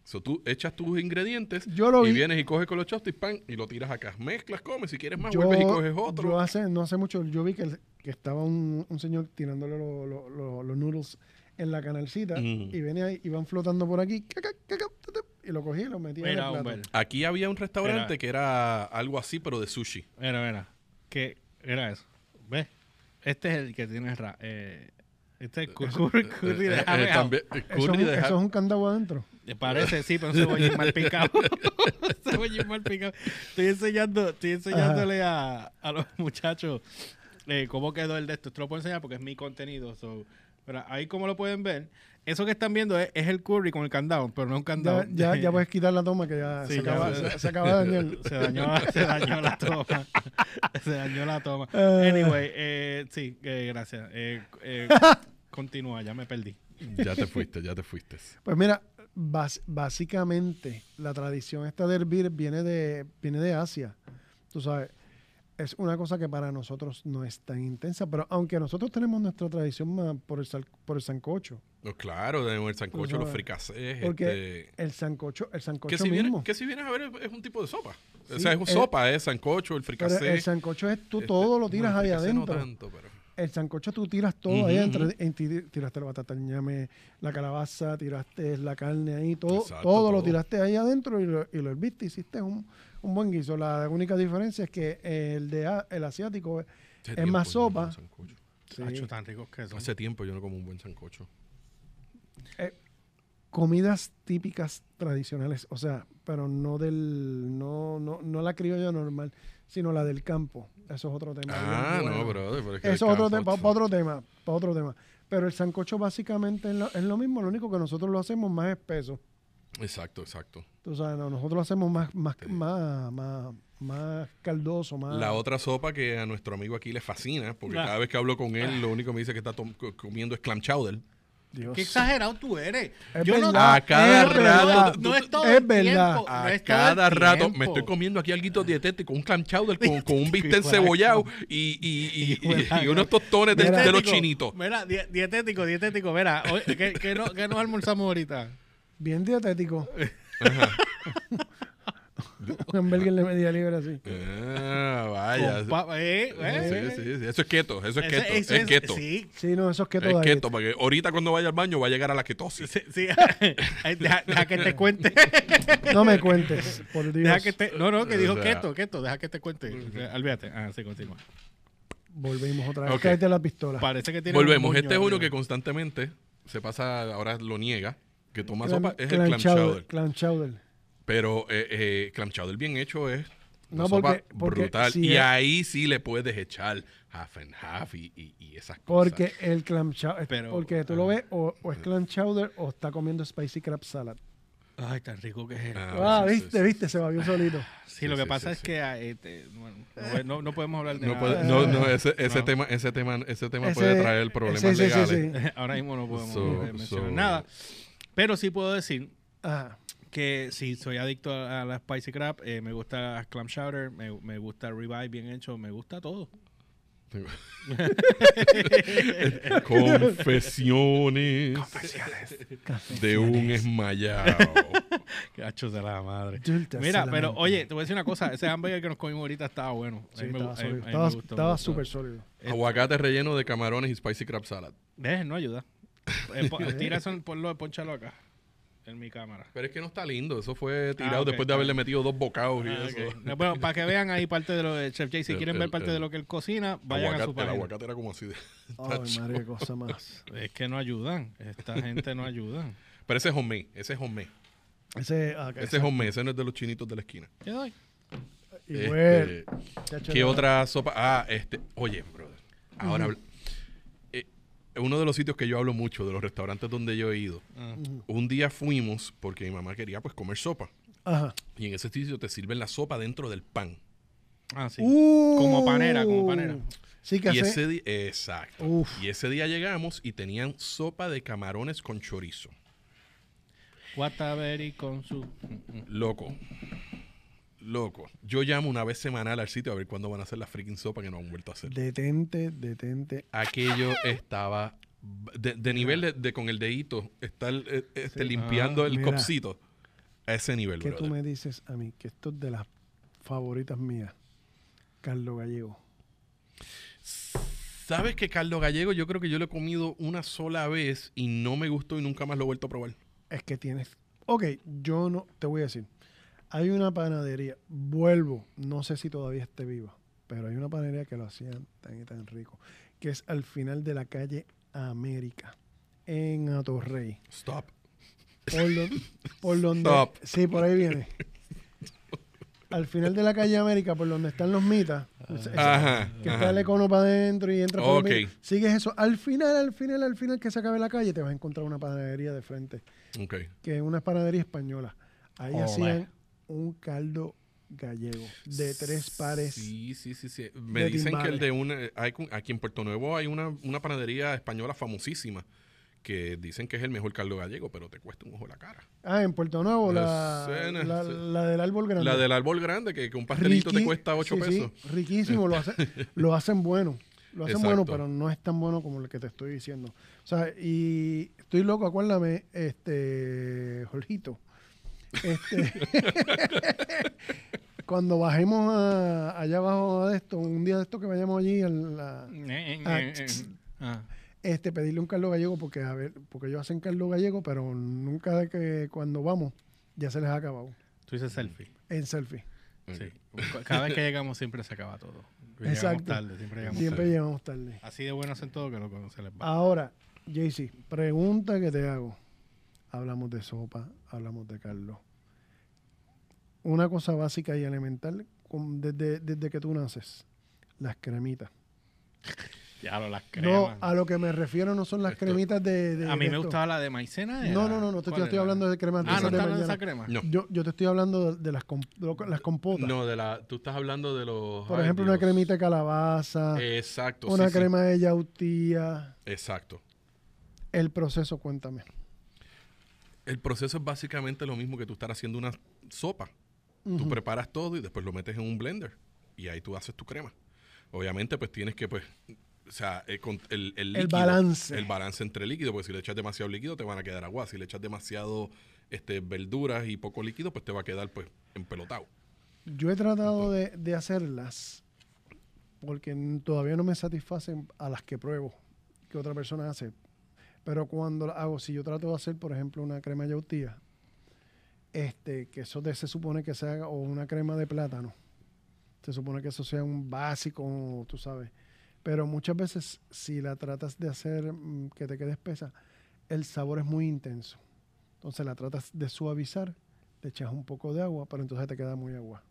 [SPEAKER 3] So, tú echas tus ingredientes
[SPEAKER 2] Yo lo
[SPEAKER 3] y
[SPEAKER 2] vi.
[SPEAKER 3] vienes y coges con los chopsticks pan y lo tiras acá. Mezclas, comes, si quieres más,
[SPEAKER 2] Yo,
[SPEAKER 3] vuelves y coges
[SPEAKER 2] yo
[SPEAKER 3] otro.
[SPEAKER 2] hace, no hace mucho, yo vi que, el- que estaba un, un señor tirándole lo- lo- lo- los noodles en la canalcita
[SPEAKER 3] Mm.
[SPEAKER 2] y venía y iban flotando por aquí caca, caca, ta, ta, y lo cogí y lo metí en el
[SPEAKER 1] Mira,
[SPEAKER 2] plato.
[SPEAKER 1] Humber.
[SPEAKER 3] Aquí había un restaurante
[SPEAKER 1] Era-
[SPEAKER 3] que era algo así, pero de sushi.
[SPEAKER 1] Mira, mira. ¿Qué era eso? ¿Ves? Este es el que tiene ra eh, este es el cu- curry, curry de
[SPEAKER 3] Eh, eh,
[SPEAKER 1] Happy Hour.
[SPEAKER 3] también- eh,
[SPEAKER 2] Eso, es
[SPEAKER 3] curry
[SPEAKER 2] un,
[SPEAKER 3] de
[SPEAKER 2] eso
[SPEAKER 3] Happy-
[SPEAKER 2] es un candado adentro.
[SPEAKER 1] Te parece, sí, pero un cebollín mal picado.
[SPEAKER 3] [LAUGHS]
[SPEAKER 1] [LAUGHS] Un cebollín mal picado. Estoy enseñando, estoy enseñándole a, a los muchachos eh, cómo quedó el de esto. Esto lo puedo enseñar porque es mi contenido. so. Pero ahí como lo pueden ver, eso que están viendo es, es el curry con el candado, pero no un candado.
[SPEAKER 2] Ya, ya,
[SPEAKER 1] [LAUGHS]
[SPEAKER 2] ya puedes quitar la toma que ya
[SPEAKER 1] Sí,
[SPEAKER 2] se,
[SPEAKER 1] ya,
[SPEAKER 2] acaba,
[SPEAKER 1] ya.
[SPEAKER 2] se- se acaba de dañar.
[SPEAKER 1] [LAUGHS] Se dañó, [LAUGHS] se dañó la toma. [LAUGHS] Se dañó la toma.
[SPEAKER 2] Eh.
[SPEAKER 1] Anyway, eh, sí, eh, gracias. Eh,
[SPEAKER 2] [LAUGHS]
[SPEAKER 1] eh, continúa, ya me perdí.
[SPEAKER 3] Ya te fuiste, ya te fuiste.
[SPEAKER 2] Pues mira, bas- básicamente la tradición esta de hervir viene de, viene de Asia. Tú sabes, es una cosa que para nosotros no es tan intensa, pero aunque nosotros tenemos nuestra tradición más por el, sal- por el sancocho.
[SPEAKER 3] No, Pues claro, tenemos el sancocho, los
[SPEAKER 2] Pues, sabes.
[SPEAKER 3] fricasés,
[SPEAKER 2] Porque
[SPEAKER 3] este,
[SPEAKER 2] el sancocho, el
[SPEAKER 3] que
[SPEAKER 2] sancocho
[SPEAKER 3] si, vienes,
[SPEAKER 2] mismo.
[SPEAKER 3] que si vienes a ver es, es un tipo de sopa. o
[SPEAKER 2] Sí,
[SPEAKER 3] sea, es un
[SPEAKER 2] eh,
[SPEAKER 3] sopa, es sancocho, el
[SPEAKER 2] pero
[SPEAKER 3] fricasé.
[SPEAKER 2] el sancocho es tú
[SPEAKER 3] este,
[SPEAKER 2] todo lo
[SPEAKER 3] bueno,
[SPEAKER 2] tiras
[SPEAKER 3] el
[SPEAKER 2] ahí
[SPEAKER 3] fricasé no
[SPEAKER 2] adentro.
[SPEAKER 3] tanto, pero-
[SPEAKER 2] El sancocho tú tiras todo
[SPEAKER 3] Ujú,
[SPEAKER 2] ahí
[SPEAKER 3] ujú.
[SPEAKER 2] adentro. en ti- Tiraste la batata, el ñame, la calabaza, tiraste la carne ahí, todo,
[SPEAKER 3] Exacto,
[SPEAKER 2] todo, lo
[SPEAKER 3] todo.
[SPEAKER 2] tiraste ahí adentro y lo, y lo herviste. Hiciste un, un buen guiso. La única diferencia es que el, de, a- el asiático eh, es-
[SPEAKER 3] Hace
[SPEAKER 2] es
[SPEAKER 3] tiempo
[SPEAKER 2] más
[SPEAKER 3] yo no como
[SPEAKER 2] sopa.
[SPEAKER 3] un sancocho.
[SPEAKER 2] sí,
[SPEAKER 1] Hacho, tan ricos que son.
[SPEAKER 3] Hace tiempo yo no como un buen sancocho.
[SPEAKER 2] comidas típicas tradicionales, o sea, pero no del no, no, no la criolla normal, sino la del campo. Eso es otro tema.
[SPEAKER 3] Ah,
[SPEAKER 2] bien
[SPEAKER 3] no,
[SPEAKER 2] bueno.
[SPEAKER 3] brother. pero es que
[SPEAKER 2] Eso es otro,
[SPEAKER 3] cada
[SPEAKER 2] tema, para
[SPEAKER 3] foto-
[SPEAKER 2] otro tema, para otro tema. Pero el sancocho básicamente es lo, es lo mismo, lo único que nosotros lo hacemos más espeso.
[SPEAKER 3] Exacto, exacto.
[SPEAKER 2] Tú sabes, no, nosotros lo hacemos más, más,
[SPEAKER 3] Sí.
[SPEAKER 2] más, más, más caldoso, más...
[SPEAKER 3] La otra sopa que a nuestro amigo aquí le fascina, porque
[SPEAKER 1] Ah.
[SPEAKER 3] cada vez que hablo con él, lo único que me dice que está tom- co- comiendo es clam chowder.
[SPEAKER 2] Dios.
[SPEAKER 1] Qué exagerado tú eres.
[SPEAKER 2] Es
[SPEAKER 1] Yo no,
[SPEAKER 2] verdad,
[SPEAKER 3] A cada
[SPEAKER 2] es verdad.
[SPEAKER 3] rato-
[SPEAKER 1] no es todo
[SPEAKER 2] Es
[SPEAKER 1] el
[SPEAKER 2] verdad.
[SPEAKER 1] tiempo, no
[SPEAKER 3] A
[SPEAKER 1] es todo el
[SPEAKER 3] cada rato me
[SPEAKER 1] tiempo.
[SPEAKER 3] estoy comiendo aquí algo dietético, un
[SPEAKER 1] [LAUGHS]
[SPEAKER 3] clam chowder con, con un bistec
[SPEAKER 1] Hijo de la-
[SPEAKER 3] cebollado y, y, y-
[SPEAKER 1] Hijo de la-
[SPEAKER 3] y unos tostones de,
[SPEAKER 2] Mira.
[SPEAKER 3] de los chinitos.
[SPEAKER 1] Mira, di- dietético, dietético. Mira, hoy- ¿qué, qué no- qué nos almorzamos ahorita?
[SPEAKER 2] Bien
[SPEAKER 3] [LAUGHS]
[SPEAKER 2] dietético. [LAUGHS] Un hamburger de media libra así.
[SPEAKER 3] Ah,
[SPEAKER 1] Con
[SPEAKER 3] vaya.
[SPEAKER 1] papa, ¿eh? ¿eh?
[SPEAKER 3] Sí, sí, sí. Eso es keto, eso es
[SPEAKER 1] Ese-
[SPEAKER 3] keto,
[SPEAKER 1] eso
[SPEAKER 3] es keto.
[SPEAKER 1] Sí,
[SPEAKER 2] Sí, no, eso es keto
[SPEAKER 3] Es
[SPEAKER 2] diet.
[SPEAKER 3] keto, porque ahorita cuando vaya al baño va a llegar a la ketosis.
[SPEAKER 1] sí, sí. [LAUGHS] Ay, deja, deja que te cuente.
[SPEAKER 2] No me cuentes, por Dios.
[SPEAKER 1] Deja que te, no, no, que dijo
[SPEAKER 3] O sea-
[SPEAKER 1] keto, keto. Deja que te cuente. O sea, Olvídate. Ah, sí, continúa.
[SPEAKER 2] Volvimos otra vez.
[SPEAKER 3] Ok.
[SPEAKER 2] Cállate la pistola.
[SPEAKER 1] Parece que tiene
[SPEAKER 3] Ah. Volvemos,
[SPEAKER 1] un
[SPEAKER 3] este es
[SPEAKER 1] moño
[SPEAKER 3] uno que
[SPEAKER 1] arriba.
[SPEAKER 3] constantemente se pasa, ahora lo niega, que toma
[SPEAKER 2] Clam-
[SPEAKER 3] sopa, es el clam chowder.
[SPEAKER 2] Clam chowder.
[SPEAKER 3] Pero eh, eh, clam chowder bien hecho es una
[SPEAKER 2] No,
[SPEAKER 3] sopa
[SPEAKER 2] porque- porque
[SPEAKER 3] brutal.
[SPEAKER 2] si
[SPEAKER 3] y
[SPEAKER 2] es-
[SPEAKER 3] ahí sí le puedes echar half and half y, y- y esas cosas.
[SPEAKER 2] Porque el clam chowder.
[SPEAKER 1] Pero-
[SPEAKER 2] porque tú lo ves o, o es clam chowder o está comiendo spicy crab salad.
[SPEAKER 1] Ay, tan rico que es. él.
[SPEAKER 2] Ah,
[SPEAKER 3] sí, sí,
[SPEAKER 2] viste,
[SPEAKER 3] sí.
[SPEAKER 2] viste, se babió solito.
[SPEAKER 1] Sí, lo
[SPEAKER 3] sí,
[SPEAKER 1] que
[SPEAKER 3] sí,
[SPEAKER 1] pasa
[SPEAKER 3] sí,
[SPEAKER 1] es
[SPEAKER 3] sí.
[SPEAKER 1] que ah, este, bueno, no, no- no podemos hablar de
[SPEAKER 3] No,
[SPEAKER 1] nada.
[SPEAKER 3] puede- no, no, ese, ese
[SPEAKER 1] No.
[SPEAKER 3] tema, ese tema, ese tema
[SPEAKER 2] Ah. Ese-
[SPEAKER 3] puede traer problemas
[SPEAKER 2] sí, sí, sí,
[SPEAKER 3] legales.
[SPEAKER 2] sí.
[SPEAKER 1] [LAUGHS] Ahora mismo no podemos
[SPEAKER 3] So-
[SPEAKER 1] eh, mencionar
[SPEAKER 3] so-
[SPEAKER 1] nada. Pero sí puedo decir
[SPEAKER 2] Ajá.
[SPEAKER 1] que sí, soy adicto a, a la Spicy Crab. eh, me gusta Clam Chowder, me, me gusta Revive bien hecho, me gusta todo.
[SPEAKER 2] [LAUGHS]
[SPEAKER 3] ¿eh? Confesiones de
[SPEAKER 2] [LAUGHS]
[SPEAKER 3] un esmayado.
[SPEAKER 1] Cacho de la madre.
[SPEAKER 2] Dulce
[SPEAKER 1] Mira,
[SPEAKER 2] solamente.
[SPEAKER 1] pero oye, te voy a decir una cosa. Ese hamburger que nos comimos ahorita estaba bueno. A
[SPEAKER 2] Sí,
[SPEAKER 1] mí me gu- a
[SPEAKER 2] estaba
[SPEAKER 1] mí- a mí
[SPEAKER 2] sólido.
[SPEAKER 1] me
[SPEAKER 2] Estaba-
[SPEAKER 1] gustó, me
[SPEAKER 2] Estaba
[SPEAKER 1] gustó.
[SPEAKER 2] súper sólido.
[SPEAKER 3] Aguacate relleno de camarones y spicy crab salad.
[SPEAKER 1] Eh, no ayuda. Eh,
[SPEAKER 2] [LAUGHS]
[SPEAKER 1] po- tira eso, ponlo, ponchalo acá. En mi cámara.
[SPEAKER 3] Pero es que no está lindo, eso fue tirado
[SPEAKER 1] Ah, ok,
[SPEAKER 3] después
[SPEAKER 1] está
[SPEAKER 3] de haberle
[SPEAKER 1] bien.
[SPEAKER 3] metido dos bocados y
[SPEAKER 1] Ah,
[SPEAKER 3] eso.
[SPEAKER 1] ok. No, Bueno, para que vean ahí parte de lo de Chef Jay, si
[SPEAKER 3] El-
[SPEAKER 1] quieren
[SPEAKER 3] el-
[SPEAKER 1] ver parte
[SPEAKER 3] el-
[SPEAKER 1] de lo que él cocina, vayan a su
[SPEAKER 3] Aguacate, el
[SPEAKER 1] página.
[SPEAKER 3] aguacate era como así de...
[SPEAKER 2] Ay, madre, qué cosa más.
[SPEAKER 1] Es que no ayudan, esta gente no ayuda.
[SPEAKER 3] Pero ese es homemade, ese es homemade.
[SPEAKER 2] [LAUGHS] Ese, ah,
[SPEAKER 3] Ese es homemade, ese no es de los chinitos de la esquina.
[SPEAKER 1] Te doy.
[SPEAKER 2] y
[SPEAKER 3] Este,
[SPEAKER 2] bueno, chacho,
[SPEAKER 3] ¿Qué
[SPEAKER 2] no.
[SPEAKER 3] otra sopa? Ah, este. Oye, brother. Ahora, habl- eh, uno de los sitios que yo hablo mucho, de los restaurantes donde yo he ido.
[SPEAKER 1] Ah.
[SPEAKER 3] Un día fuimos porque mi mamá quería pues comer sopa.
[SPEAKER 2] Ajá.
[SPEAKER 3] Y en ese sitio te sirven la sopa dentro del pan.
[SPEAKER 1] Ah, sí.
[SPEAKER 2] Uh.
[SPEAKER 1] Como panera, como panera.
[SPEAKER 2] Sí, que
[SPEAKER 3] Y
[SPEAKER 2] hace-
[SPEAKER 3] ese día, exacto.
[SPEAKER 2] Uf.
[SPEAKER 3] Y ese día llegamos y tenían sopa de camarones con chorizo.
[SPEAKER 1] eh, Guataveri con su.
[SPEAKER 3] Loco. Loco, yo llamo una vez semanal al sitio a ver cuándo van a hacer la freaking sopa que no han vuelto a hacer.
[SPEAKER 2] Detente, detente.
[SPEAKER 3] Aquello estaba de, de nivel de, de con el dedito, estar eh, este,
[SPEAKER 2] Sí.
[SPEAKER 3] limpiando
[SPEAKER 2] Ah,
[SPEAKER 3] el
[SPEAKER 2] mira.
[SPEAKER 3] copsito. A ese nivel,
[SPEAKER 2] ¿Qué tú
[SPEAKER 3] brother.
[SPEAKER 2] me dices a mí? Que esto es de las favoritas mías. Carlos Gallego.
[SPEAKER 3] ¿Sabes que Carlos Gallego yo creo que yo lo he comido una sola vez y no me gustó y nunca más lo he vuelto a probar?
[SPEAKER 2] Es que tienes. Ok, yo no. Te voy a decir. Hay una panadería. Vuelvo. No sé si todavía esté viva. Pero hay una panadería que lo hacían tan y tan rico. Que es al final de la calle América. En Atorrey.
[SPEAKER 3] Stop.
[SPEAKER 2] Por, don- por
[SPEAKER 3] [LAUGHS]
[SPEAKER 2] donde.
[SPEAKER 3] Stop.
[SPEAKER 2] Sí, por ahí viene. Al final de la calle América, por donde están los mitas. es- es-
[SPEAKER 3] Ah. Ajá.
[SPEAKER 2] que
[SPEAKER 3] ajá.
[SPEAKER 2] está el econo para adentro y entra por
[SPEAKER 3] Ok.
[SPEAKER 2] el medio. Sigues eso. Al final, al final, al final que se acabe la calle, te vas a encontrar una panadería de frente,
[SPEAKER 3] Ok.
[SPEAKER 2] que es una panadería española. Ahí
[SPEAKER 3] Olé.
[SPEAKER 2] hacían un caldo gallego de tres pares.
[SPEAKER 3] Sí, sí, sí, sí. Me
[SPEAKER 2] de
[SPEAKER 3] dicen que
[SPEAKER 2] timbales.
[SPEAKER 3] el de una. hay cu- aquí en Puerto Nuevo hay una, una panadería española famosísima que dicen que es el mejor caldo gallego, pero te cuesta un ojo la cara.
[SPEAKER 2] Ah, en Puerto Nuevo, la,
[SPEAKER 3] La cena,
[SPEAKER 2] la-
[SPEAKER 3] sí.
[SPEAKER 2] la del árbol grande.
[SPEAKER 3] La del árbol grande, que, que un pastelito te
[SPEAKER 2] Riqui-
[SPEAKER 3] cuesta 8
[SPEAKER 2] sí, sí,
[SPEAKER 3] pesos.
[SPEAKER 2] riquísimo, lo,
[SPEAKER 3] [LAUGHS]
[SPEAKER 2] hace- lo hacen bueno. Lo hacen bueno,
[SPEAKER 3] Exacto.
[SPEAKER 2] pero no es tan bueno como el que te estoy diciendo. O sea, y estoy loco, acuérdame, este, Jorgito. Este, [LAUGHS] cuando bajemos a- allá abajo de esto, un día de esto que vayamos allí, a la-
[SPEAKER 1] Eh, eh,
[SPEAKER 2] Ah,
[SPEAKER 1] eh, eh. Ah.
[SPEAKER 2] este, pedirle un caldo gallego, porque a ver, porque ellos hacen caldo gallego, pero nunca de que cuando vamos ya se les ha acabado
[SPEAKER 1] Tú dices selfie.
[SPEAKER 2] en selfie.
[SPEAKER 1] Sí. Cada vez que llegamos siempre se acaba todo. Llegamos
[SPEAKER 2] Exacto.
[SPEAKER 1] tarde, siempre llegamos
[SPEAKER 2] Siempre Ah.
[SPEAKER 1] tarde.
[SPEAKER 2] llegamos tarde.
[SPEAKER 1] Así de bueno hacen todo que lo se les va.
[SPEAKER 2] Ahora, JC, pregunta que te hago. Hablamos de sopa, hablamos de Carlos. Una cosa básica y elemental con- desde, desde que tú naces, las cremitas.
[SPEAKER 1] Ya lo las
[SPEAKER 2] No,
[SPEAKER 1] cremas.
[SPEAKER 2] a lo que me refiero no son las
[SPEAKER 3] Esto-
[SPEAKER 2] cremitas de... de-
[SPEAKER 1] a mí
[SPEAKER 2] de
[SPEAKER 1] me
[SPEAKER 2] esto.
[SPEAKER 1] gustaba la de maicena. era-
[SPEAKER 2] No, no, no, no, te
[SPEAKER 1] ¿cuál
[SPEAKER 2] estoy, estoy
[SPEAKER 1] era?
[SPEAKER 2] hablando de cremas de
[SPEAKER 1] Ah, no
[SPEAKER 2] esas de
[SPEAKER 1] está hablando de esa
[SPEAKER 2] mañana.
[SPEAKER 1] crema.
[SPEAKER 3] No.
[SPEAKER 2] Yo, yo te estoy hablando de, de las, comp- lo- las compotas.
[SPEAKER 3] No, de la, tú estás hablando de los.
[SPEAKER 2] Por
[SPEAKER 3] ay,
[SPEAKER 2] ejemplo,
[SPEAKER 3] Dios.
[SPEAKER 2] una cremita de calabaza,
[SPEAKER 3] Exacto.
[SPEAKER 2] una
[SPEAKER 3] sí, sí.
[SPEAKER 2] crema de yautía.
[SPEAKER 3] Exacto.
[SPEAKER 2] El proceso, cuéntame.
[SPEAKER 3] El proceso es básicamente lo mismo que tú estar haciendo una sopa. Tú
[SPEAKER 2] Ujú.
[SPEAKER 3] preparas todo y después lo metes en un blender. Y ahí tú haces tu crema. Obviamente, pues tienes que, pues. O sea, el, con- el, el líquido,
[SPEAKER 2] balance.
[SPEAKER 3] El balance entre líquido, porque si le echas demasiado líquido te van a quedar agua. Si le echas demasiado este, verduras y poco líquido, pues te va a quedar, pues, empelotado.
[SPEAKER 2] Yo he tratado de, de hacerlas porque n- todavía no me satisfacen a las que pruebo que otra persona hace. Pero cuando las hago, si yo trato de hacer, por ejemplo, una crema de yautía, este, que eso de- se supone que se haga, o una crema de plátano, se supone que eso sea un básico, tú sabes. Pero muchas veces, si la tratas de hacer mm, que te quede espesa, el sabor es muy intenso. Entonces la tratas de suavizar, le echas un poco de agua, pero entonces te queda muy agua.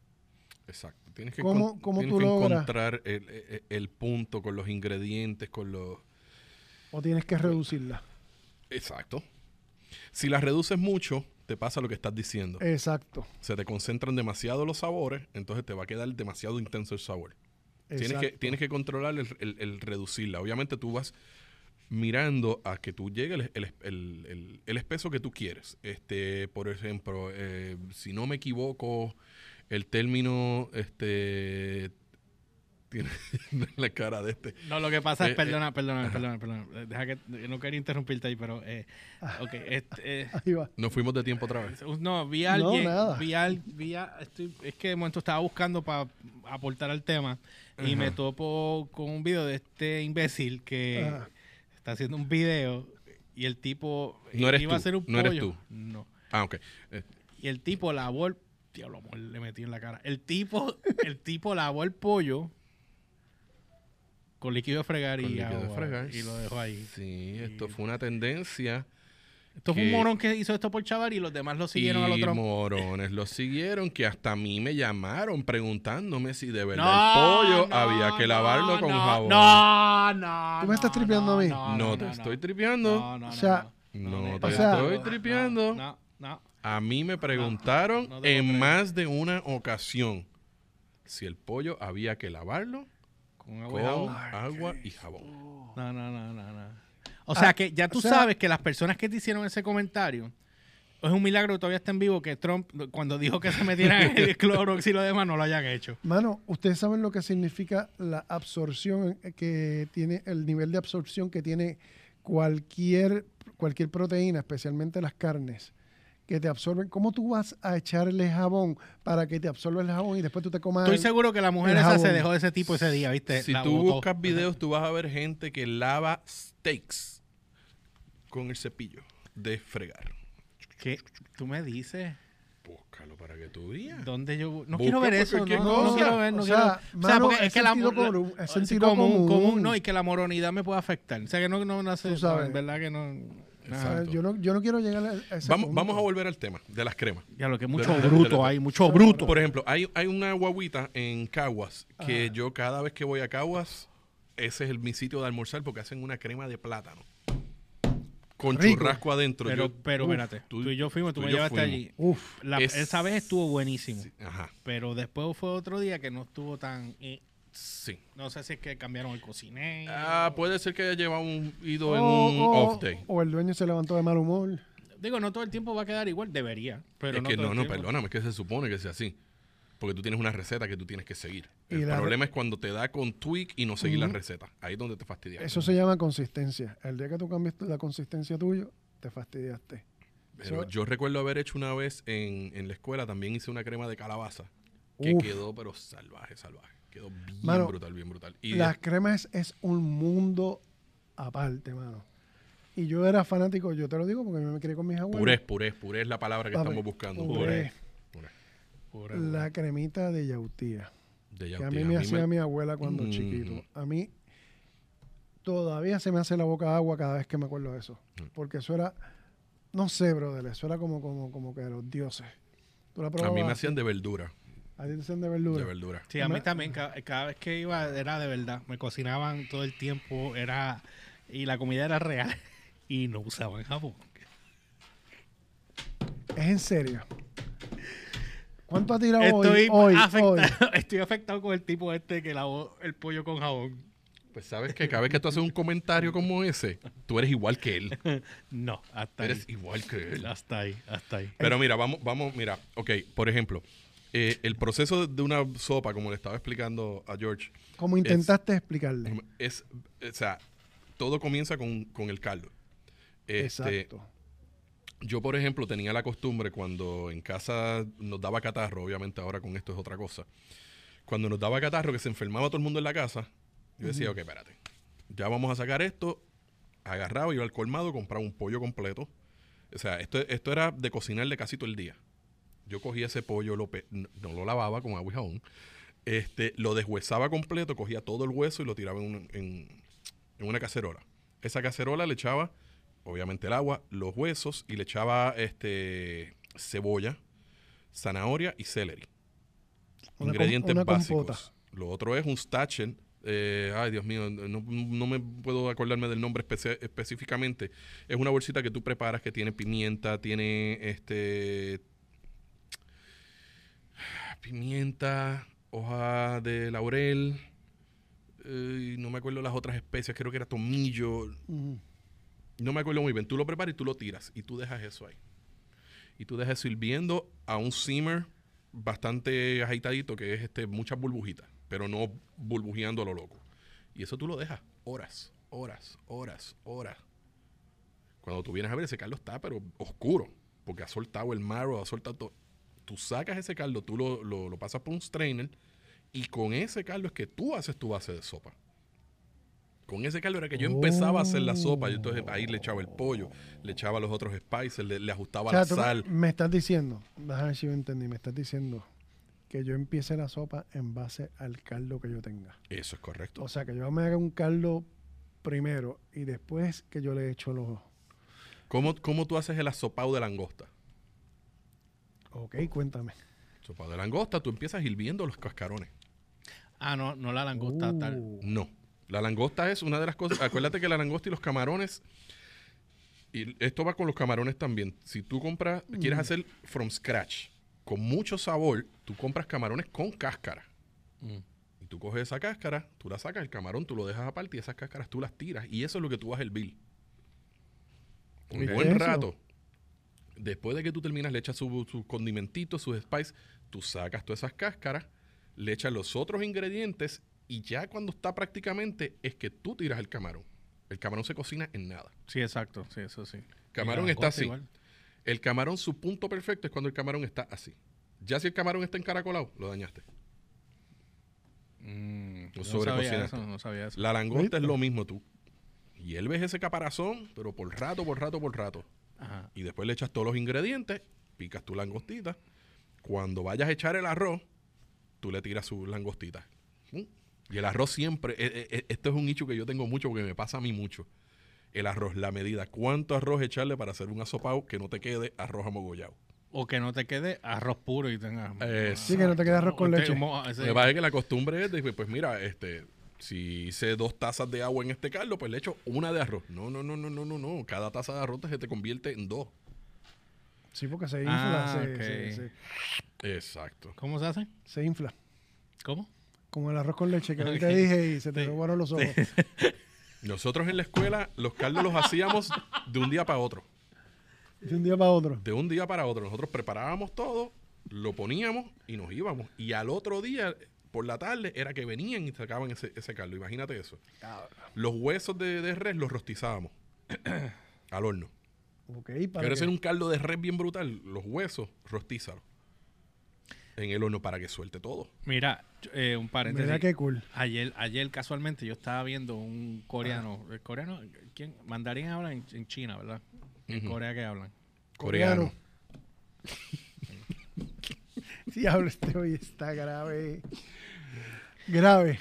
[SPEAKER 3] Exacto. Tienes que,
[SPEAKER 2] ¿Cómo-
[SPEAKER 3] encon-
[SPEAKER 2] cómo
[SPEAKER 3] tienes
[SPEAKER 2] tú
[SPEAKER 3] que
[SPEAKER 2] logras?
[SPEAKER 3] encontrar el, el- el punto con los ingredientes, con los...
[SPEAKER 2] O tienes que reducirla.
[SPEAKER 3] Exacto. Si las reduces mucho, te pasa lo que estás diciendo.
[SPEAKER 2] Eh. Exacto.
[SPEAKER 3] Se te concentran demasiado los sabores, entonces te va a quedar demasiado intenso el sabor. Tienes que,
[SPEAKER 2] exacto.
[SPEAKER 3] tienes que controlar el, el- el reducirla. Obviamente tú vas mirando a que tú llegue el, el- el- el- el espeso que tú quieres. Este, por ejemplo, eh, si no me equivoco, el término este tiene [LAUGHS] la cara de este.
[SPEAKER 1] No, lo que pasa
[SPEAKER 3] Eh, eh,
[SPEAKER 1] es, perdona, perdona, perdona, perdona. Eh, Deja que, eh, no quería interrumpirte ahí, pero, eh, ok, este, eh,
[SPEAKER 2] Ahí va.
[SPEAKER 3] Nos fuimos de tiempo otra vez.
[SPEAKER 1] Uh, No, vi a alguien.
[SPEAKER 2] nada.
[SPEAKER 1] vi al- vi a- estoy- es que de momento estaba buscando para aportar al tema y me
[SPEAKER 3] Ajá.
[SPEAKER 1] topo con un video de este imbécil
[SPEAKER 3] Eh.
[SPEAKER 1] que
[SPEAKER 2] Ajá.
[SPEAKER 1] está haciendo un video y el tipo
[SPEAKER 3] No eres
[SPEAKER 1] iba
[SPEAKER 3] tú,
[SPEAKER 1] a hacer un
[SPEAKER 3] no eres
[SPEAKER 1] pollo.
[SPEAKER 3] tú.
[SPEAKER 1] No.
[SPEAKER 3] Ah, ok. Eh,
[SPEAKER 1] Y el tipo lavó el. Diablo, amor, le metí en la cara. El tipo, [LAUGHS] el tipo lavó el pollo con líquido de fregar
[SPEAKER 3] con
[SPEAKER 1] y
[SPEAKER 3] líquido de
[SPEAKER 1] agua,
[SPEAKER 3] fregar.
[SPEAKER 1] y lo dejó ahí.
[SPEAKER 3] Sí, esto fue una tendencia.
[SPEAKER 1] Esto fue un
[SPEAKER 3] Que-
[SPEAKER 1] morón que hizo esto por chaval y los demás lo siguieron al
[SPEAKER 3] y
[SPEAKER 1] otro.
[SPEAKER 3] morones lo siguieron, que hasta a mí me llamaron preguntándome si de verdad el pollo
[SPEAKER 1] no,
[SPEAKER 3] había que lavarlo
[SPEAKER 1] no,
[SPEAKER 3] con
[SPEAKER 1] no,
[SPEAKER 3] jabón.
[SPEAKER 1] No, no.
[SPEAKER 2] Tú me estás
[SPEAKER 1] no,
[SPEAKER 2] tripeando a mí.
[SPEAKER 3] No, te estoy tripeando.
[SPEAKER 1] No, no,
[SPEAKER 2] O
[SPEAKER 1] no,
[SPEAKER 2] sea,
[SPEAKER 1] no,
[SPEAKER 3] no
[SPEAKER 1] nena,
[SPEAKER 3] te
[SPEAKER 2] o sea-
[SPEAKER 3] estoy tripeando.
[SPEAKER 1] No, no.
[SPEAKER 3] A mí me preguntaron
[SPEAKER 1] no te lo
[SPEAKER 3] en
[SPEAKER 1] creo.
[SPEAKER 3] más de una ocasión si el pollo había que lavarlo
[SPEAKER 1] Con agua
[SPEAKER 3] con
[SPEAKER 1] y jabón.
[SPEAKER 3] agua y jabón.
[SPEAKER 1] No, no, no, no, no. O sea que ya tú
[SPEAKER 2] Ah, o sea-
[SPEAKER 1] sabes que las personas que te hicieron ese comentario Es un milagro que todavía está en vivo que Trump, cuando dijo que se metiera
[SPEAKER 2] [LAUGHS]
[SPEAKER 1] el clorox y lo demás, no lo hayan hecho.
[SPEAKER 2] Mano, ustedes saben lo que significa la absorción eh, que tiene, el nivel de absorción que tiene cualquier, cualquier proteína, especialmente las carnes, que te absorben. ¿Cómo tú vas a echarle jabón para que te absorba el jabón y después tú te comas?
[SPEAKER 1] Estoy
[SPEAKER 2] el-
[SPEAKER 1] seguro que la mujer
[SPEAKER 2] El
[SPEAKER 1] esa se
[SPEAKER 2] jabón.
[SPEAKER 1] dejó de ese tipo ese día, ¿viste?
[SPEAKER 3] Si
[SPEAKER 1] La
[SPEAKER 3] tú
[SPEAKER 1] botó. [LAUGHS]
[SPEAKER 3] buscas videos, tú vas a ver gente que lava steaks con el cepillo de fregar.
[SPEAKER 1] ¿Qué? ¿Tú me dices?
[SPEAKER 3] Búscalo para que tú veas.
[SPEAKER 1] ¿Dónde yo.? bu- No
[SPEAKER 3] Busca
[SPEAKER 1] quiero ver
[SPEAKER 3] por
[SPEAKER 1] eso, no,
[SPEAKER 3] cualquier
[SPEAKER 1] no, no
[SPEAKER 2] cosa.
[SPEAKER 1] quiero ver, no
[SPEAKER 2] O
[SPEAKER 1] quiero.
[SPEAKER 2] sea, mano, es sentido
[SPEAKER 1] mo-
[SPEAKER 2] común, es
[SPEAKER 1] sí,
[SPEAKER 2] sentido
[SPEAKER 1] común,
[SPEAKER 2] común.
[SPEAKER 1] común, no, y que la moronidad me puede afectar. O sea, que no, no, no hace.
[SPEAKER 2] Tú sabes.
[SPEAKER 1] en verdad que no.
[SPEAKER 2] O sea,
[SPEAKER 1] nada.
[SPEAKER 3] Exacto.
[SPEAKER 2] yo, no, yo no quiero llegar a ese
[SPEAKER 3] Vamos,
[SPEAKER 2] punto.
[SPEAKER 3] vamos a volver al tema de las cremas.
[SPEAKER 1] Ya lo que mucho
[SPEAKER 3] De- de-
[SPEAKER 1] bruto
[SPEAKER 3] de- de-
[SPEAKER 1] hay, mucho bruto.
[SPEAKER 3] Por ejemplo, hay, hay una guaguita en Caguas que yo cada vez que voy a Caguas, ese es el, mi sitio de almorzar porque hacen una crema de plátano. Con
[SPEAKER 2] Rico.
[SPEAKER 3] churrasco adentro.
[SPEAKER 1] Pero,
[SPEAKER 3] Yo-
[SPEAKER 1] pero,
[SPEAKER 3] Uf,
[SPEAKER 1] espérate. Tú, y yo fuimos, tú,
[SPEAKER 3] tú
[SPEAKER 1] me
[SPEAKER 3] y yo
[SPEAKER 1] llevaste
[SPEAKER 3] fuimos.
[SPEAKER 1] allí. Uh,
[SPEAKER 2] Uf,
[SPEAKER 1] La-
[SPEAKER 3] Es-
[SPEAKER 1] Esa vez estuvo buenísimo.
[SPEAKER 3] Ajá,
[SPEAKER 1] Pero después fue otro día que no estuvo tan. eh,
[SPEAKER 3] sí.
[SPEAKER 1] no sé si es que cambiaron el cocinero.
[SPEAKER 3] Ah, puede ser que haya llevado un ido en
[SPEAKER 2] o-
[SPEAKER 3] un
[SPEAKER 2] o-
[SPEAKER 3] off day.
[SPEAKER 2] o oh, el dueño se levantó de mal humor.
[SPEAKER 1] Digo, no todo el tiempo va a quedar igual, debería. Pero
[SPEAKER 3] es que
[SPEAKER 1] todo
[SPEAKER 3] no,
[SPEAKER 1] el
[SPEAKER 3] no,
[SPEAKER 1] tiempo.
[SPEAKER 3] perdóname, es que se supone que sea así. Porque tú tienes una receta que tú tienes que seguir.
[SPEAKER 2] Y
[SPEAKER 3] El
[SPEAKER 2] la re-
[SPEAKER 3] problema es cuando te da con tweak y no seguir la
[SPEAKER 2] Ujú.
[SPEAKER 3] receta. Ahí es donde te fastidias.
[SPEAKER 2] Eso se llama consistencia. El día que tú cambias la consistencia tuya, te fastidiaste.
[SPEAKER 3] Pero
[SPEAKER 2] Eso-
[SPEAKER 3] yo recuerdo haber hecho una vez en, en la escuela, también hice una crema de calabaza que
[SPEAKER 2] Uf.
[SPEAKER 3] quedó, pero salvaje, salvaje. Quedó bien
[SPEAKER 2] Mano,
[SPEAKER 3] brutal, bien brutal. Y
[SPEAKER 2] Las cremas es un mundo aparte, mano. Y yo era fanático, yo te lo digo porque yo me crié con mis abuelos.
[SPEAKER 3] purés, purés, purés es la palabra que
[SPEAKER 2] Papi,
[SPEAKER 3] estamos buscando.
[SPEAKER 2] puré.
[SPEAKER 3] Puré.
[SPEAKER 1] Pura-
[SPEAKER 2] La cremita de yautía,
[SPEAKER 3] De
[SPEAKER 2] que
[SPEAKER 3] yautía.
[SPEAKER 2] a mí me hacía mi abuela cuando
[SPEAKER 3] Mm.
[SPEAKER 2] chiquito. A mí todavía se me hace la boca agua cada vez que me acuerdo de eso.
[SPEAKER 3] Mm.
[SPEAKER 2] Porque eso era, no sé, brother, eso era como, como, como que de los dioses. Tú la
[SPEAKER 3] a
[SPEAKER 2] probabas,
[SPEAKER 3] mí me hacían de verdura.
[SPEAKER 2] a ti te hacían de
[SPEAKER 3] De
[SPEAKER 2] verdura.
[SPEAKER 3] verdura.
[SPEAKER 1] Sí, a mí
[SPEAKER 2] Ma-
[SPEAKER 1] también, ca- cada, vez que iba era de verdad. Me cocinaban todo el tiempo, era y la comida era real [LAUGHS] y no usaban jabón.
[SPEAKER 2] Es en serio. ¿Cuánto ha tirado
[SPEAKER 1] Estoy,
[SPEAKER 2] hoy? Hoy,
[SPEAKER 1] afectado,
[SPEAKER 2] hoy.
[SPEAKER 1] [LAUGHS] estoy afectado con el tipo este que lavó el pollo con jabón.
[SPEAKER 3] Pues sabes que cada vez que tú haces un comentario como ese, tú eres igual que
[SPEAKER 2] [LAUGHS]
[SPEAKER 3] él.
[SPEAKER 1] No, hasta
[SPEAKER 3] Eres
[SPEAKER 1] ahí.
[SPEAKER 3] igual que él.
[SPEAKER 1] Hasta ahí, hasta ahí.
[SPEAKER 3] Pero mira, vamos, vamos, mira, ok, por ejemplo, eh, el proceso de una sopa, como le estaba explicando a George,
[SPEAKER 2] Como intentaste explicarle.
[SPEAKER 3] es, o sea, todo comienza con, con el caldo. Este,
[SPEAKER 2] Exacto.
[SPEAKER 3] Yo, por ejemplo, tenía la costumbre cuando en casa nos daba catarro, obviamente ahora con esto es otra cosa, cuando nos daba catarro que se enfermaba todo el mundo en la casa, yo decía, ok, espérate, ya vamos a sacar esto, agarraba, iba al colmado, compraba un pollo completo. O sea, esto, esto era de cocinarle casi todo el día. Yo cogía ese pollo, lo pe- no, no lo lavaba con agua y jabón, este, lo deshuesaba completo, cogía todo el hueso y lo tiraba en, un- en- en una cacerola. Esa cacerola le echaba, obviamente, el agua, los huesos y le echaba este, cebolla, zanahoria y celery.
[SPEAKER 2] com-
[SPEAKER 3] ingredientes
[SPEAKER 2] una
[SPEAKER 3] básicos.
[SPEAKER 2] compota.
[SPEAKER 3] Lo otro es un stachen. eh, ay, Dios mío, no, no me puedo acordarme del nombre espe- específicamente. Es una bolsita que tú preparas que tiene pimienta, tiene este pimienta, hoja de laurel, eh, y no me acuerdo las otras especies, creo que era tomillo,
[SPEAKER 2] Ujú.
[SPEAKER 3] no me acuerdo muy bien. Tú lo preparas y tú lo tiras y tú dejas eso ahí. Y tú dejas eso hirviendo a un simmer bastante agitadito, que es este, muchas burbujitas, pero no burbujeando a lo loco. Y eso tú lo dejas horas, horas, horas, horas. Cuando tú vienes a ver, ese caldo está, pero oscuro, porque ha soltado el marrow, ha soltado todo. Tú sacas ese caldo, tú lo, lo- lo pasas por un strainer y con ese caldo es que tú haces tu base de sopa. Con ese caldo era que yo empezaba a hacer la sopa. Yo entonces ahí este le echaba el pollo, le echaba los otros spices, le, le ajustaba
[SPEAKER 2] O sea,
[SPEAKER 3] la
[SPEAKER 2] tú
[SPEAKER 3] sal.
[SPEAKER 2] me estás diciendo, déjame ver si yo entendí, me estás diciendo que yo empiece la sopa en base al caldo que yo tenga.
[SPEAKER 3] Eso es correcto.
[SPEAKER 2] O sea, que yo me haga un caldo primero y después que yo le echo los...
[SPEAKER 3] ¿Cómo, cómo tú haces el asopado de langosta?
[SPEAKER 2] Ok, cuéntame.
[SPEAKER 3] Asopado de langosta, tú empiezas hirviendo los cascarones.
[SPEAKER 1] Ah, no, no la langosta tal.
[SPEAKER 2] Uh,
[SPEAKER 3] No. La langosta es una de las cosas. Acuérdate que la langosta y los camarones. Y esto va con los camarones también. Si tú compras, quieres hacer from scratch, con mucho sabor, tú compras camarones con cáscara. Y tú coges esa cáscara, tú la sacas, el camarón, tú lo dejas aparte y esas cáscaras tú las tiras. Y eso es lo que tú vas a hervir. Un
[SPEAKER 2] ¿Viste
[SPEAKER 3] buen
[SPEAKER 2] eso?
[SPEAKER 3] rato. Después de que tú terminas, le echas sus su condimentitos, sus spice, tú sacas todas esas cáscaras, le echas los otros ingredientes y ya cuando está prácticamente es que tú tiras el camarón. El camarón se cocina en nada.
[SPEAKER 1] Sí, exacto. Sí, eso sí.
[SPEAKER 3] Camarón
[SPEAKER 1] Y la
[SPEAKER 3] está
[SPEAKER 1] langosta
[SPEAKER 3] así.
[SPEAKER 1] igual.
[SPEAKER 3] El camarón, su punto perfecto es cuando el camarón está así. Ya si el camarón está encaracolado, lo dañaste.
[SPEAKER 1] Mm, no sabía
[SPEAKER 3] sobrecocinaste.
[SPEAKER 1] eso, no sabía eso.
[SPEAKER 3] La langosta
[SPEAKER 2] ¿Viste?
[SPEAKER 3] es lo mismo tú. Y él ves ese caparazón, pero por rato, por rato, por rato.
[SPEAKER 1] Ajá.
[SPEAKER 3] Y después le echas todos los ingredientes, picas tu langostita. Cuando vayas a echar el arroz, tú le tiras su langostita. ¿Mm? Y el arroz siempre, e- e- e- esto es un nicho que yo tengo mucho porque me pasa a mí mucho. El arroz, la medida, cuánto arroz echarle para hacer un asopao que no te quede arroz amogollado.
[SPEAKER 1] O que no te quede arroz puro y tengas.
[SPEAKER 3] Eh,
[SPEAKER 2] Sí, que no te queda arroz con
[SPEAKER 1] O te-
[SPEAKER 2] leche.
[SPEAKER 1] mo- ese-
[SPEAKER 3] Lo que pasa es que la costumbre es de, pues mira, este, si hice dos tazas de agua en este caldo, pues le echo una de arroz. No, no, no, no, no, no, no. Cada taza de arroz se te convierte en dos.
[SPEAKER 2] Sí, porque se infla,
[SPEAKER 1] Ah,
[SPEAKER 2] se,
[SPEAKER 1] ok.
[SPEAKER 2] se- se-
[SPEAKER 3] Exacto.
[SPEAKER 1] ¿Cómo se hace?
[SPEAKER 2] se infla.
[SPEAKER 1] ¿Cómo?
[SPEAKER 2] Como el arroz con leche que ahorita
[SPEAKER 1] Ok.
[SPEAKER 2] dije y se te
[SPEAKER 1] Sí.
[SPEAKER 2] robaron los ojos.
[SPEAKER 3] Nosotros en la escuela los caldos los hacíamos de un día para otro.
[SPEAKER 2] De un día para otro.
[SPEAKER 3] De un día para otro. Nosotros preparábamos todo, lo poníamos y nos íbamos. Y al otro día, por la tarde, era que venían y sacaban ese, ese caldo. Imagínate eso. Los huesos de, de res los rostizábamos al horno.
[SPEAKER 2] Ok, para
[SPEAKER 3] Quiero
[SPEAKER 2] que-
[SPEAKER 3] hacer un caldo de res bien brutal. Los huesos, rostízalos. En el horno para que suelte todo.
[SPEAKER 1] Mira, yo- eh, un paréntesis.
[SPEAKER 2] Mira qué cool.
[SPEAKER 1] Ayer, ayer casualmente yo estaba viendo un coreano.
[SPEAKER 3] Ah.
[SPEAKER 1] ¿El coreano? ¿Quién? Mandarín hablan en, en China, ¿verdad? En
[SPEAKER 3] Ujú.
[SPEAKER 1] Corea que hablan.
[SPEAKER 3] Coreano.
[SPEAKER 2] Diablo, este hoy está grave. Grave.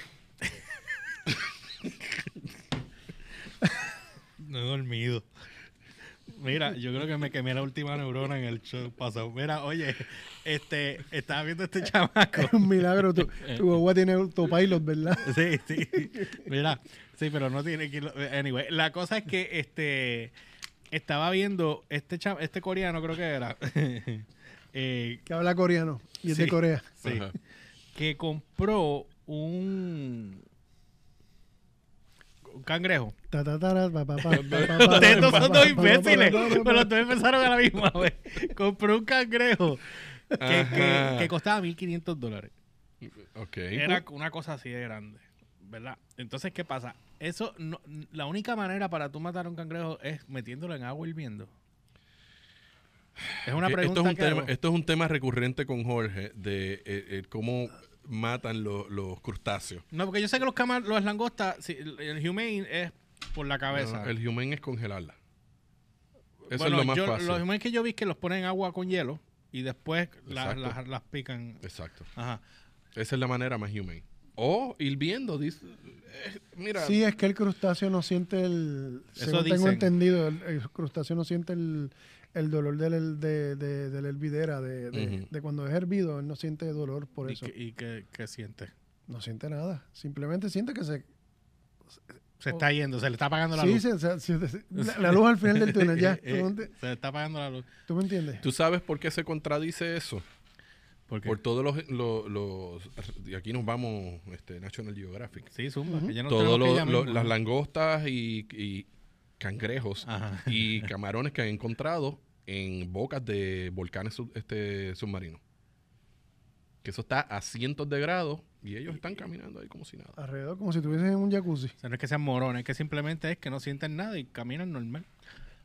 [SPEAKER 1] No he dormido. Mira, yo creo que me quemé la última neurona en el show pasado. Mira, oye, este, estaba viendo este chamaco.
[SPEAKER 2] Es un milagro. Tu, tu guagua tiene autopilot, ¿verdad?
[SPEAKER 1] Sí, sí. Mira, sí, pero no tiene que. irlo- Anyway, la cosa es que este estaba viendo este cha- este coreano creo que era [LAUGHS] eh,
[SPEAKER 2] Que habla coreano y es de
[SPEAKER 1] Sí.
[SPEAKER 2] Corea.
[SPEAKER 1] sí,
[SPEAKER 3] Ajá.
[SPEAKER 1] que compró un un cangrejo.
[SPEAKER 2] Ta, ta, ta, ra, pa, pa, pa, pa, pa, pa,
[SPEAKER 1] Ustedes
[SPEAKER 2] pa,
[SPEAKER 1] dos
[SPEAKER 2] pa,
[SPEAKER 1] son
[SPEAKER 2] pa,
[SPEAKER 1] dos
[SPEAKER 2] pa, pa, pa,
[SPEAKER 1] imbéciles,
[SPEAKER 2] pa, pa,
[SPEAKER 1] pero los dos empezaron a la misma vez. Compró un cangrejo que, que,
[SPEAKER 3] Ajá.
[SPEAKER 1] que costaba 1.500 dólares.
[SPEAKER 3] Ok.
[SPEAKER 1] Era una cosa así de grande, ¿verdad? Entonces, ¿qué pasa? Eso, no- la única manera para tú matar a un cangrejo es metiéndolo en agua hirviendo. Es una
[SPEAKER 3] Que
[SPEAKER 1] pregunta
[SPEAKER 3] esto, es un
[SPEAKER 1] que
[SPEAKER 3] tema,
[SPEAKER 1] hago.
[SPEAKER 3] esto es un tema recurrente con Jorge de eh, eh, cómo matan lo- los crustáceos.
[SPEAKER 1] No, porque yo sé que los camas, los langostas, si- el, el humane es por la cabeza.
[SPEAKER 3] No, el humen es congelarla. Eso
[SPEAKER 1] Pues, Bueno,
[SPEAKER 3] es lo más
[SPEAKER 1] yo-
[SPEAKER 3] fácil.
[SPEAKER 1] Los humane que yo vi es que los ponen en agua con hielo y después la-
[SPEAKER 3] Exacto.
[SPEAKER 1] las, las pican.
[SPEAKER 3] Exacto.
[SPEAKER 1] Ajá.
[SPEAKER 3] Esa es la manera más humen. O hirviendo, dice. eh, mira.
[SPEAKER 2] Sí, es que el crustáceo no siente el.
[SPEAKER 1] Eso
[SPEAKER 2] Según tengo
[SPEAKER 1] dicen.
[SPEAKER 2] entendido, el, el crustáceo no siente el, el dolor del, el- de, de, de la hervidera, de, de,
[SPEAKER 3] Ujú.
[SPEAKER 2] de cuando es hervido, él no siente dolor por
[SPEAKER 1] ¿Y,
[SPEAKER 2] eso.
[SPEAKER 1] que, y que- que siente?
[SPEAKER 2] No siente nada. Simplemente siente que se.
[SPEAKER 1] Se está yendo, se le está apagando la
[SPEAKER 2] Oh. sí,
[SPEAKER 1] luz.
[SPEAKER 2] se- se-
[SPEAKER 1] [LAUGHS]
[SPEAKER 2] se- se- la, la luz al final del túnel, ya.
[SPEAKER 1] Eh,
[SPEAKER 2] ¿Tú, ent-
[SPEAKER 1] se le está apagando la luz.
[SPEAKER 2] tú me entiendes?
[SPEAKER 3] ¿Tú sabes por qué se contradice eso?
[SPEAKER 1] Porque,
[SPEAKER 3] Por todos los, lo- los, Y aquí nos vamos, este, National Geographic.
[SPEAKER 1] sí, zumba. que ya no
[SPEAKER 3] Todos
[SPEAKER 1] tenemos que
[SPEAKER 3] los-
[SPEAKER 1] ir ya
[SPEAKER 3] los-
[SPEAKER 1] mismo,
[SPEAKER 3] las
[SPEAKER 1] ¿no?
[SPEAKER 3] langostas y, y cangrejos
[SPEAKER 1] Ajá.
[SPEAKER 3] y camarones que han encontrado en bocas de volcanes sub- este, submarinos. Que eso está a cientos de grados y ellos están caminando ahí como si nada.
[SPEAKER 2] Alrededor, como si estuvieses en un jacuzzi.
[SPEAKER 1] O sea, no es que sean morones, es que simplemente es que no sienten nada y caminan normal.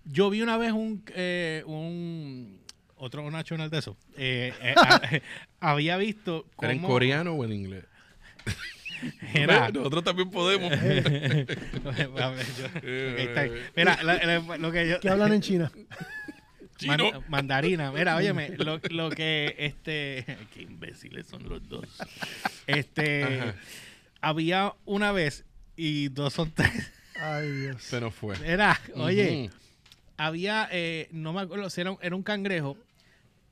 [SPEAKER 1] Yo vi una vez un, eh, un otro nacional de eso. Eh, eh, a- [LAUGHS] eh, había visto cómo
[SPEAKER 3] ¿Era en coreano o en inglés?
[SPEAKER 1] era- Eh,
[SPEAKER 3] Nosotros también podemos.
[SPEAKER 1] [LAUGHS] A ver,
[SPEAKER 3] [LAUGHS]
[SPEAKER 1] yo- ok, está bien. Mira, la- la- lo que yo
[SPEAKER 2] ¿Qué hablan en
[SPEAKER 1] [LAUGHS]
[SPEAKER 2] China?
[SPEAKER 1] Man-
[SPEAKER 3] Chino.
[SPEAKER 1] mandarina. Mira, óyeme, lo, lo que este. [LAUGHS] Qué imbéciles son los dos. Este.
[SPEAKER 3] Ajá.
[SPEAKER 1] Había una vez y dos son tres. [LAUGHS]
[SPEAKER 2] Ay, Dios.
[SPEAKER 3] Se nos fue.
[SPEAKER 1] Era, oye,
[SPEAKER 3] Ujú.
[SPEAKER 1] había, eh, no me acuerdo si era un, era un cangrejo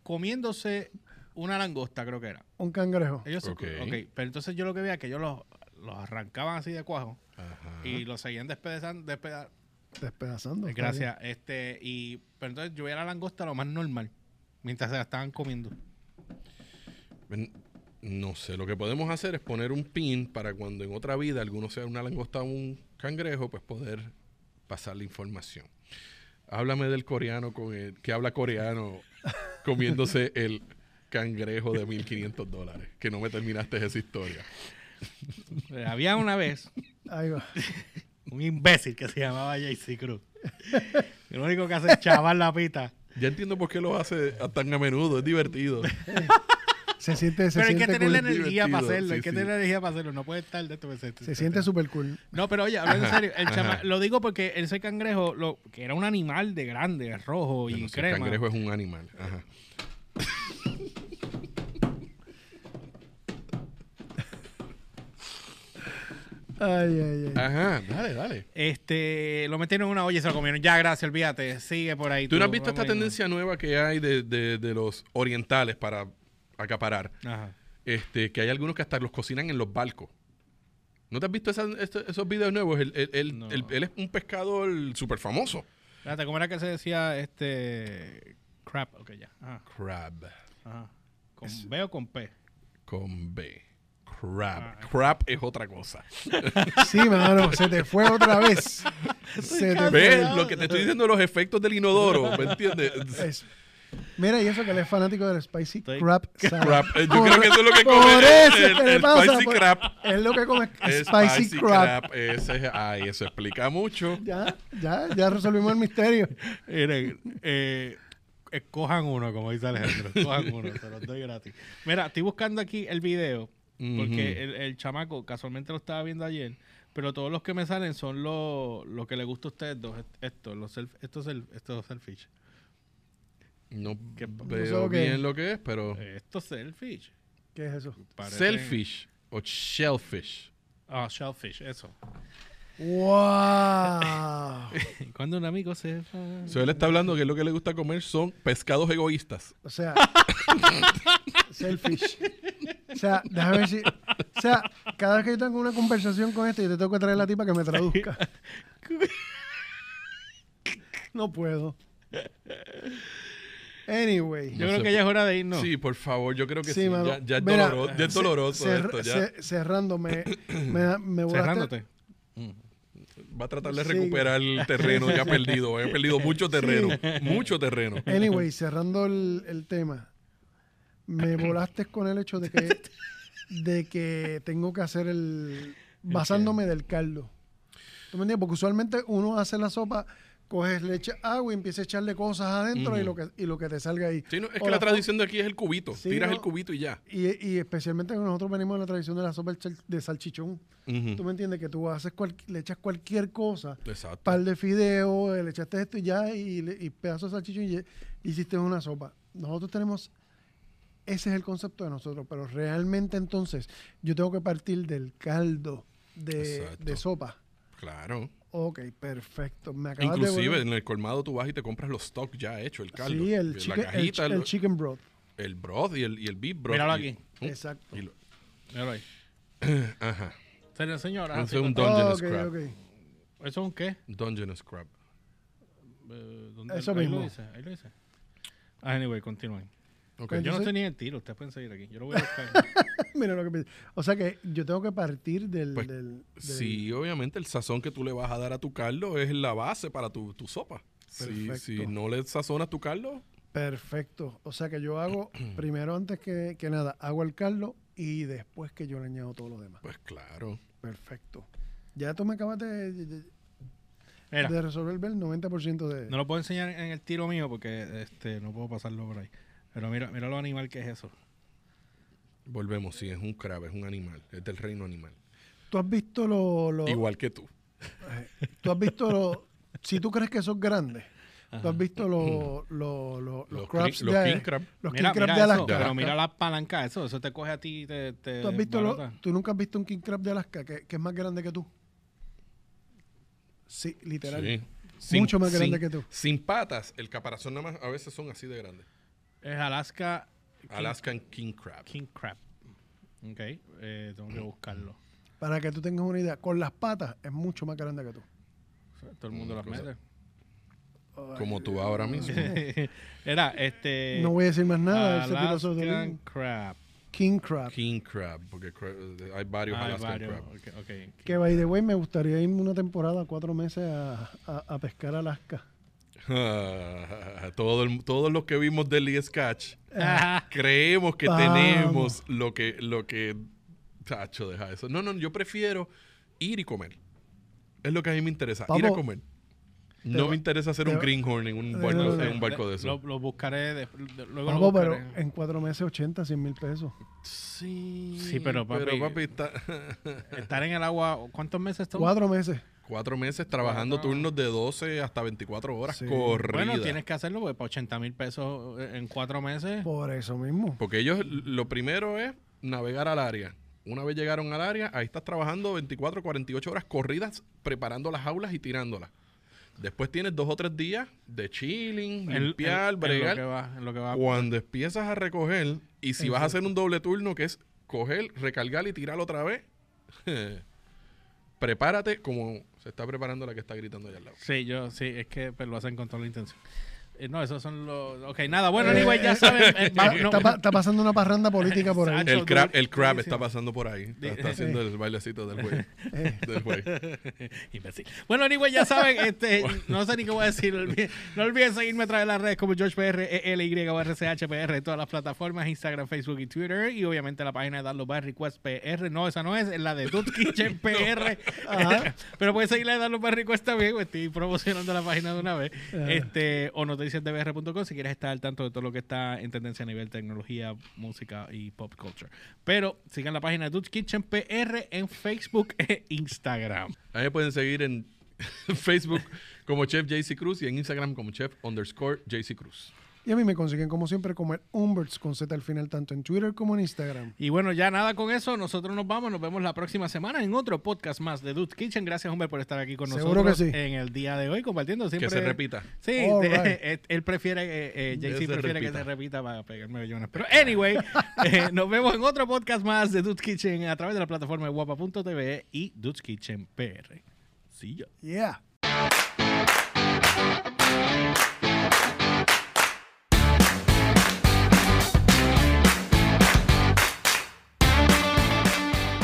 [SPEAKER 1] comiéndose una langosta, creo que era.
[SPEAKER 2] Un cangrejo.
[SPEAKER 1] Ellos se-
[SPEAKER 3] Ok.
[SPEAKER 1] ok, pero entonces yo lo que veía es que ellos los, los arrancaban así de cuajo
[SPEAKER 3] Ajá.
[SPEAKER 1] y los seguían despedazando, despeda-
[SPEAKER 2] Despedazando. está
[SPEAKER 1] Gracias. Este, y pero entonces yo veía la langosta lo más normal mientras se la estaban comiendo.
[SPEAKER 3] Ven, Pues, No sé, lo que podemos hacer es poner un pin para cuando en otra vida alguno sea una langosta o un cangrejo, pues poder pasar la información. Háblame del coreano con el, que habla coreano comiéndose
[SPEAKER 1] [LAUGHS]
[SPEAKER 3] el cangrejo de 1500 dólares. Que no me terminaste esa historia.
[SPEAKER 1] Eh, Había una vez
[SPEAKER 2] Ahí va.
[SPEAKER 1] un imbécil que se llamaba JC Cruz. Lo único que hace es chavar la pita.
[SPEAKER 3] Ya entiendo por qué lo hace a tan a menudo. Es divertido.
[SPEAKER 1] [LAUGHS]
[SPEAKER 2] Se siente, se
[SPEAKER 1] Pero hay que
[SPEAKER 2] siente
[SPEAKER 1] tener la
[SPEAKER 2] cool.
[SPEAKER 3] cool,
[SPEAKER 1] energía para
[SPEAKER 3] divertido,
[SPEAKER 1] hacerlo. hay
[SPEAKER 3] sí,
[SPEAKER 1] que
[SPEAKER 3] sí.
[SPEAKER 1] tener energía para hacerlo. No puede estar de esto. pues,
[SPEAKER 2] Se siente súper cool.
[SPEAKER 1] No, pero oye, hablando en
[SPEAKER 3] Ajá,
[SPEAKER 1] serio, el chama-
[SPEAKER 3] ajá.
[SPEAKER 1] lo digo porque ese cangrejo, lo, que era un animal de grande, rojo y
[SPEAKER 3] Pero si el
[SPEAKER 1] crema.
[SPEAKER 3] cangrejo es un animal. Ajá.
[SPEAKER 2] Ay, ay, ay.
[SPEAKER 3] Ajá, dale, dale.
[SPEAKER 1] Este, lo metieron en una olla y se lo comieron. Ya, gracias, olvídate. Sigue por ahí.
[SPEAKER 3] ¿Tú no has visto esta
[SPEAKER 1] vamos ahí,
[SPEAKER 3] tendencia nueva que hay de, de- de los orientales para acaparar?
[SPEAKER 1] ¿no? Ajá.
[SPEAKER 3] Este, que hay algunos que hasta los cocinan en los barcos. ¿No te has visto esa- esto- esos videos nuevos? Él, él- él-
[SPEAKER 1] No.
[SPEAKER 3] él- él es un pescador súper famoso.
[SPEAKER 1] Espérate, ¿cómo era que se decía este. Crap, ok, ya. Ajá.
[SPEAKER 3] Crab.
[SPEAKER 1] ajá. Con B o con P.
[SPEAKER 3] Con B. Crab.
[SPEAKER 2] Ah,
[SPEAKER 3] Crab es otra cosa.
[SPEAKER 2] Sí, mano, se te fue [LAUGHS] otra vez. Se te fue.
[SPEAKER 3] ¿Ves? Lo que te estoy diciendo, los efectos del inodoro. ¿Me entiendes?
[SPEAKER 2] [LAUGHS] Es- Mira, y eso que él es fanático del Spicy
[SPEAKER 1] Estoy-
[SPEAKER 2] Crab Salad.
[SPEAKER 3] Crab. Eh, Yo
[SPEAKER 2] Por-
[SPEAKER 3] creo que eso es lo que
[SPEAKER 2] por
[SPEAKER 3] come.
[SPEAKER 2] eso
[SPEAKER 3] el,
[SPEAKER 2] es que le
[SPEAKER 3] el
[SPEAKER 2] pasa,
[SPEAKER 3] spicy
[SPEAKER 2] por-
[SPEAKER 3] crab.
[SPEAKER 2] Es lo que come
[SPEAKER 3] El
[SPEAKER 2] Spicy, Crab.
[SPEAKER 3] Ese es- ay, eso explica mucho.
[SPEAKER 2] Ya, ya, ya resolvimos el misterio.
[SPEAKER 1] Miren, eh, escojan uno, como dice Alejandro. Escojan uno, se los doy gratis. Mira, estoy buscando aquí el video, porque
[SPEAKER 3] Ujú.
[SPEAKER 1] el, el chamaco casualmente lo estaba viendo ayer, pero todos los que me salen son los lo que le gusta a ustedes dos, est- estos, los self- estos, self- estos selfish.
[SPEAKER 3] No
[SPEAKER 1] ¿Qué pa-
[SPEAKER 3] veo
[SPEAKER 2] ¿Eso qué?
[SPEAKER 3] bien lo que es, pero...
[SPEAKER 1] Eh, Estos selfish.
[SPEAKER 2] ¿Qué es eso?
[SPEAKER 1] parecen-
[SPEAKER 3] Selfish o shellfish.
[SPEAKER 1] Ah, shellfish, eso. [LAUGHS]
[SPEAKER 2] ¡Wow!
[SPEAKER 1] Cuando un amigo se... va.
[SPEAKER 3] So, él está hablando que lo que le gusta comer son pescados egoístas.
[SPEAKER 2] O sea, selfish. O sea, déjame ver si. O sea, cada vez que yo tengo una conversación con este, yo te tengo que traer la tipa que me traduzca. No puedo. Anyway.
[SPEAKER 1] Yo
[SPEAKER 3] No
[SPEAKER 1] creo que
[SPEAKER 3] sé por-
[SPEAKER 1] ya es hora de irnos.
[SPEAKER 3] Sí, por favor, yo creo que sí.
[SPEAKER 2] Sí, mano.
[SPEAKER 3] ya, ya es
[SPEAKER 2] Mira,
[SPEAKER 3] doloroso, ya es
[SPEAKER 2] ce-
[SPEAKER 3] doloroso
[SPEAKER 2] cer-
[SPEAKER 3] esto. Ya.
[SPEAKER 2] ce- cerrando, me, me, me volaste-
[SPEAKER 1] Cerrándote.
[SPEAKER 3] Va a tratar de
[SPEAKER 2] Sí.
[SPEAKER 3] recuperar el terreno ya perdido. He
[SPEAKER 2] [LAUGHS]
[SPEAKER 3] perdido mucho terreno. Mucho terreno. [LAUGHS]
[SPEAKER 2] Anyway, cerrando el, el tema,
[SPEAKER 3] [CLEARS THROAT]
[SPEAKER 2] me volaste con el hecho de
[SPEAKER 3] [LAUGHS]
[SPEAKER 2] que, de que tengo que hacer el. basándome del caldo. ¿Tú me entiendes? Porque usualmente uno hace la sopa, coges leche, agua y empieza a echarle cosas adentro y, lo que, y lo que te salga ahí.
[SPEAKER 3] Sí, no, es
[SPEAKER 2] O
[SPEAKER 3] que la
[SPEAKER 2] fo-
[SPEAKER 3] tradición de aquí es el cubito.
[SPEAKER 2] Sí,
[SPEAKER 3] Tiras
[SPEAKER 2] no.
[SPEAKER 3] el cubito y ya.
[SPEAKER 2] Y, y especialmente nosotros venimos de la tradición de la sopa de sal- de salchichón.
[SPEAKER 3] Ujú.
[SPEAKER 2] ¿Tú me entiendes? Que tú haces cual- le echas cualquier cosa.
[SPEAKER 3] Exacto.
[SPEAKER 2] par de fideos, le echaste esto y ya, y, le- y pedazos de salchichón y hiciste una sopa. Nosotros tenemos, ese es el concepto de nosotros, pero realmente entonces yo tengo que partir del caldo de,
[SPEAKER 3] Exacto.
[SPEAKER 2] de sopa.
[SPEAKER 3] Claro.
[SPEAKER 2] Ok, perfecto. Me acabas de
[SPEAKER 3] Inclusive
[SPEAKER 2] volver-
[SPEAKER 3] en el colmado tú vas y te compras los stocks ya hechos, el caldo.
[SPEAKER 2] Sí, el,
[SPEAKER 3] la
[SPEAKER 2] chicken, el
[SPEAKER 3] cajita,
[SPEAKER 2] chi-
[SPEAKER 3] el,
[SPEAKER 2] el chicken broth.
[SPEAKER 3] el broth y el, y el beef broth.
[SPEAKER 1] Míralo
[SPEAKER 3] y-
[SPEAKER 1] aquí.
[SPEAKER 3] Mm,
[SPEAKER 2] Exacto.
[SPEAKER 3] y lo-
[SPEAKER 1] Míralo ahí.
[SPEAKER 3] ajá.
[SPEAKER 1] Se lo enseño ahora.
[SPEAKER 3] No
[SPEAKER 1] así
[SPEAKER 3] sé, un
[SPEAKER 1] con-
[SPEAKER 3] Dungeness
[SPEAKER 2] Ok,
[SPEAKER 3] crab.
[SPEAKER 2] ok.
[SPEAKER 1] ¿Eso es un qué?
[SPEAKER 3] Dungeness crab.
[SPEAKER 1] Eh, ¿dónde-
[SPEAKER 2] Eso
[SPEAKER 1] ahí Lo
[SPEAKER 2] mismo.
[SPEAKER 1] dice, ahí lo dice. Ah, anyway, continúen. Yo
[SPEAKER 2] Pues
[SPEAKER 3] Ok.
[SPEAKER 1] no
[SPEAKER 2] Entonces-
[SPEAKER 1] estoy ni en el tiro, ustedes pueden seguir aquí. Yo lo voy a buscar.
[SPEAKER 2] [LAUGHS] Mira lo que pienso. O sea que yo tengo que partir del...
[SPEAKER 3] Pues,
[SPEAKER 2] del- del-
[SPEAKER 3] Sí, obviamente el sazón que tú le vas a dar a tu caldo es la base para tu, tu sopa. Si,
[SPEAKER 2] Perfecto.
[SPEAKER 3] si no le sazonas tu caldo,
[SPEAKER 2] Perfecto. O sea que yo hago, primero antes que, que nada, hago el caldo y después que yo le añado todo lo demás.
[SPEAKER 3] pues claro.
[SPEAKER 2] Perfecto. Ya tú me acabas de, de-
[SPEAKER 1] Mira,
[SPEAKER 2] de resolver el 90% de...
[SPEAKER 1] no lo puedo enseñar en el tiro mío porque este, no puedo pasarlo por ahí. Pero mira, mira lo animal que es eso.
[SPEAKER 3] Volvemos, sí, es un crab, es un animal, es del reino animal.
[SPEAKER 2] Tú has visto lo... lo-
[SPEAKER 3] Igual que tú.
[SPEAKER 2] Tú has visto lo- Si tú crees que sos grande, tú has visto lo- lo- lo- los,
[SPEAKER 3] Los
[SPEAKER 2] crabs
[SPEAKER 3] king- los
[SPEAKER 2] de...
[SPEAKER 3] king crab.
[SPEAKER 2] los
[SPEAKER 1] mira,
[SPEAKER 2] king crab
[SPEAKER 1] mira
[SPEAKER 2] de
[SPEAKER 1] eso,
[SPEAKER 2] Alaska.
[SPEAKER 1] pero mira la palanca, eso, eso te coge a ti y te, te
[SPEAKER 2] ¿Tú, has visto lo-
[SPEAKER 1] barata.
[SPEAKER 2] tú nunca has visto un king crab de Alaska que, que es más grande que tú. Sí, literal.
[SPEAKER 3] Sí.
[SPEAKER 2] Mucho más grande que tú.
[SPEAKER 3] Sin patas, el caparazón nada más a veces son así de grandes.
[SPEAKER 1] Es Alaska
[SPEAKER 3] Alaskan King Crab.
[SPEAKER 1] King Crab. Ok, eh, tengo que buscarlo.
[SPEAKER 2] Para que tú tengas una idea, con las patas es mucho más grande que tú.
[SPEAKER 1] O sea, Todo el mundo las
[SPEAKER 3] cosa-
[SPEAKER 1] mete.
[SPEAKER 3] Como tú
[SPEAKER 2] [LAUGHS]
[SPEAKER 3] ahora mismo.
[SPEAKER 1] [LAUGHS] Era, este...
[SPEAKER 2] No voy a decir más nada. él se tiró sobre el
[SPEAKER 1] Alaskan
[SPEAKER 2] mismo.
[SPEAKER 1] Crab.
[SPEAKER 2] King crab.
[SPEAKER 3] King Crab, porque cra- hay varios
[SPEAKER 1] Ah, hay
[SPEAKER 3] Alaskan
[SPEAKER 1] varios,
[SPEAKER 3] Crab.
[SPEAKER 1] ok, ok, King [LAUGHS]
[SPEAKER 2] Que by the way, me gustaría irme una temporada, cuatro meses a, a- a pescar a Alaska.
[SPEAKER 3] [LAUGHS] Todo el- todos los que vimos Deadly Sketch
[SPEAKER 2] eh,
[SPEAKER 3] creemos que
[SPEAKER 2] Vamos.
[SPEAKER 3] tenemos lo que, lo que. Tacho, deja eso. No, no, yo prefiero ir y comer. Es lo que a mí me interesa, ir a
[SPEAKER 2] Vamos.
[SPEAKER 3] comer. No
[SPEAKER 2] va-
[SPEAKER 3] me interesa hacer un
[SPEAKER 2] va-
[SPEAKER 3] greenhorn en un
[SPEAKER 2] Eh,
[SPEAKER 3] barco,
[SPEAKER 2] no, no,
[SPEAKER 3] en un barco de
[SPEAKER 1] Lo,
[SPEAKER 3] eso.
[SPEAKER 1] lo buscaré. de- de- luego lo
[SPEAKER 2] Papo, pero
[SPEAKER 1] buscaré.
[SPEAKER 2] en cuatro meses 80, 100 mil pesos.
[SPEAKER 3] Sí,
[SPEAKER 1] Sí, pero, papi-
[SPEAKER 3] está- [LAUGHS]
[SPEAKER 1] Estar en el agua, ¿cuántos meses estamos?
[SPEAKER 2] Cuatro meses.
[SPEAKER 3] cuatro meses trabajando
[SPEAKER 1] Cuatro.
[SPEAKER 3] turnos de 12 hasta 24 horas
[SPEAKER 2] Sí.
[SPEAKER 3] corridas.
[SPEAKER 1] Bueno, tienes que hacerlo porque para 80 mil pesos eh, en cuatro meses.
[SPEAKER 2] Por eso mismo.
[SPEAKER 3] Porque ellos l- lo primero es navegar al área. Una vez llegaron al área, ahí estás trabajando 24, 48 horas corridas, preparando las aulas y tirándolas. Después tienes dos o tres días de chilling,
[SPEAKER 1] en-
[SPEAKER 3] limpiar,
[SPEAKER 1] en- en
[SPEAKER 3] bregar.
[SPEAKER 1] lo que va, en lo que va.
[SPEAKER 3] Cuando empiezas a recoger, y si vas
[SPEAKER 2] Exacto.
[SPEAKER 3] a hacer un doble turno, que es coger, recargar y tirar otra vez, [LAUGHS] prepárate como se está preparando la que está gritando allá al lado.
[SPEAKER 1] Sí, yo, sí, es que pues, lo hacen con toda la intención. Eh, no, esos son los. Ok, nada, bueno, anyway, ya saben. eh,
[SPEAKER 2] Va-
[SPEAKER 1] va- no,
[SPEAKER 2] está, pa- está pasando una parranda política por ahí.
[SPEAKER 1] Sancho,
[SPEAKER 3] El crab,
[SPEAKER 1] durísimo.
[SPEAKER 3] el crab está pasando por ahí. Está, está
[SPEAKER 1] Eh.
[SPEAKER 3] haciendo el bailecito del güey.
[SPEAKER 2] Eh,
[SPEAKER 3] Del güey.
[SPEAKER 1] [LAUGHS] Imbécil. Bueno, anyway, ya saben, este, no sé ni qué voy a decir. Olvi- No olviden seguirme a través de las redes como GeorgePR, ELY o RCHPR, todas las plataformas, Instagram, Facebook y Twitter. Y obviamente la página de Darlo by Request PR. No, esa no es, es la de Dude Kitchen PR.
[SPEAKER 2] Ajá.
[SPEAKER 1] Pero puedes seguir la de Darlo by Request también, pues, estoy promocionando la página de una vez.
[SPEAKER 2] Ajá.
[SPEAKER 1] Este, o noticiasdbr.com si quieres estar al tanto de todo lo que está en tendencia a nivel tecnología, música y pop culture. Pero sigan la página de Dude Kitchen PR en Facebook e Instagram.
[SPEAKER 3] Ahí me pueden seguir en [LAUGHS] Facebook como Chef JC Cruz y en Instagram como Chef underscore JC Cruz.
[SPEAKER 2] y a mí me consiguen, como siempre, comer Umberts con Z al final, tanto en Twitter como en Instagram.
[SPEAKER 1] Y bueno, ya nada con eso. Nosotros nos vamos. Nos vemos la próxima semana en otro podcast más de Dude Kitchen. Gracias, hombre, por estar aquí con
[SPEAKER 2] Seguro
[SPEAKER 1] nosotros
[SPEAKER 2] que sí.
[SPEAKER 1] en el día de hoy, compartiendo siempre.
[SPEAKER 3] Que se repita.
[SPEAKER 1] Sí,
[SPEAKER 2] All
[SPEAKER 1] de-
[SPEAKER 2] right.
[SPEAKER 1] [LAUGHS] eh, él prefiere, eh, eh,
[SPEAKER 3] Que
[SPEAKER 1] JC
[SPEAKER 3] se
[SPEAKER 1] prefiere que
[SPEAKER 3] repita.
[SPEAKER 1] se repita para pegarme bellonas. Pero anyway, eh, nos vemos en otro podcast más de Dude Kitchen a través de la plataforma de guapa.tv y Dude Kitchen PR. Sí, ya.
[SPEAKER 2] Yeah.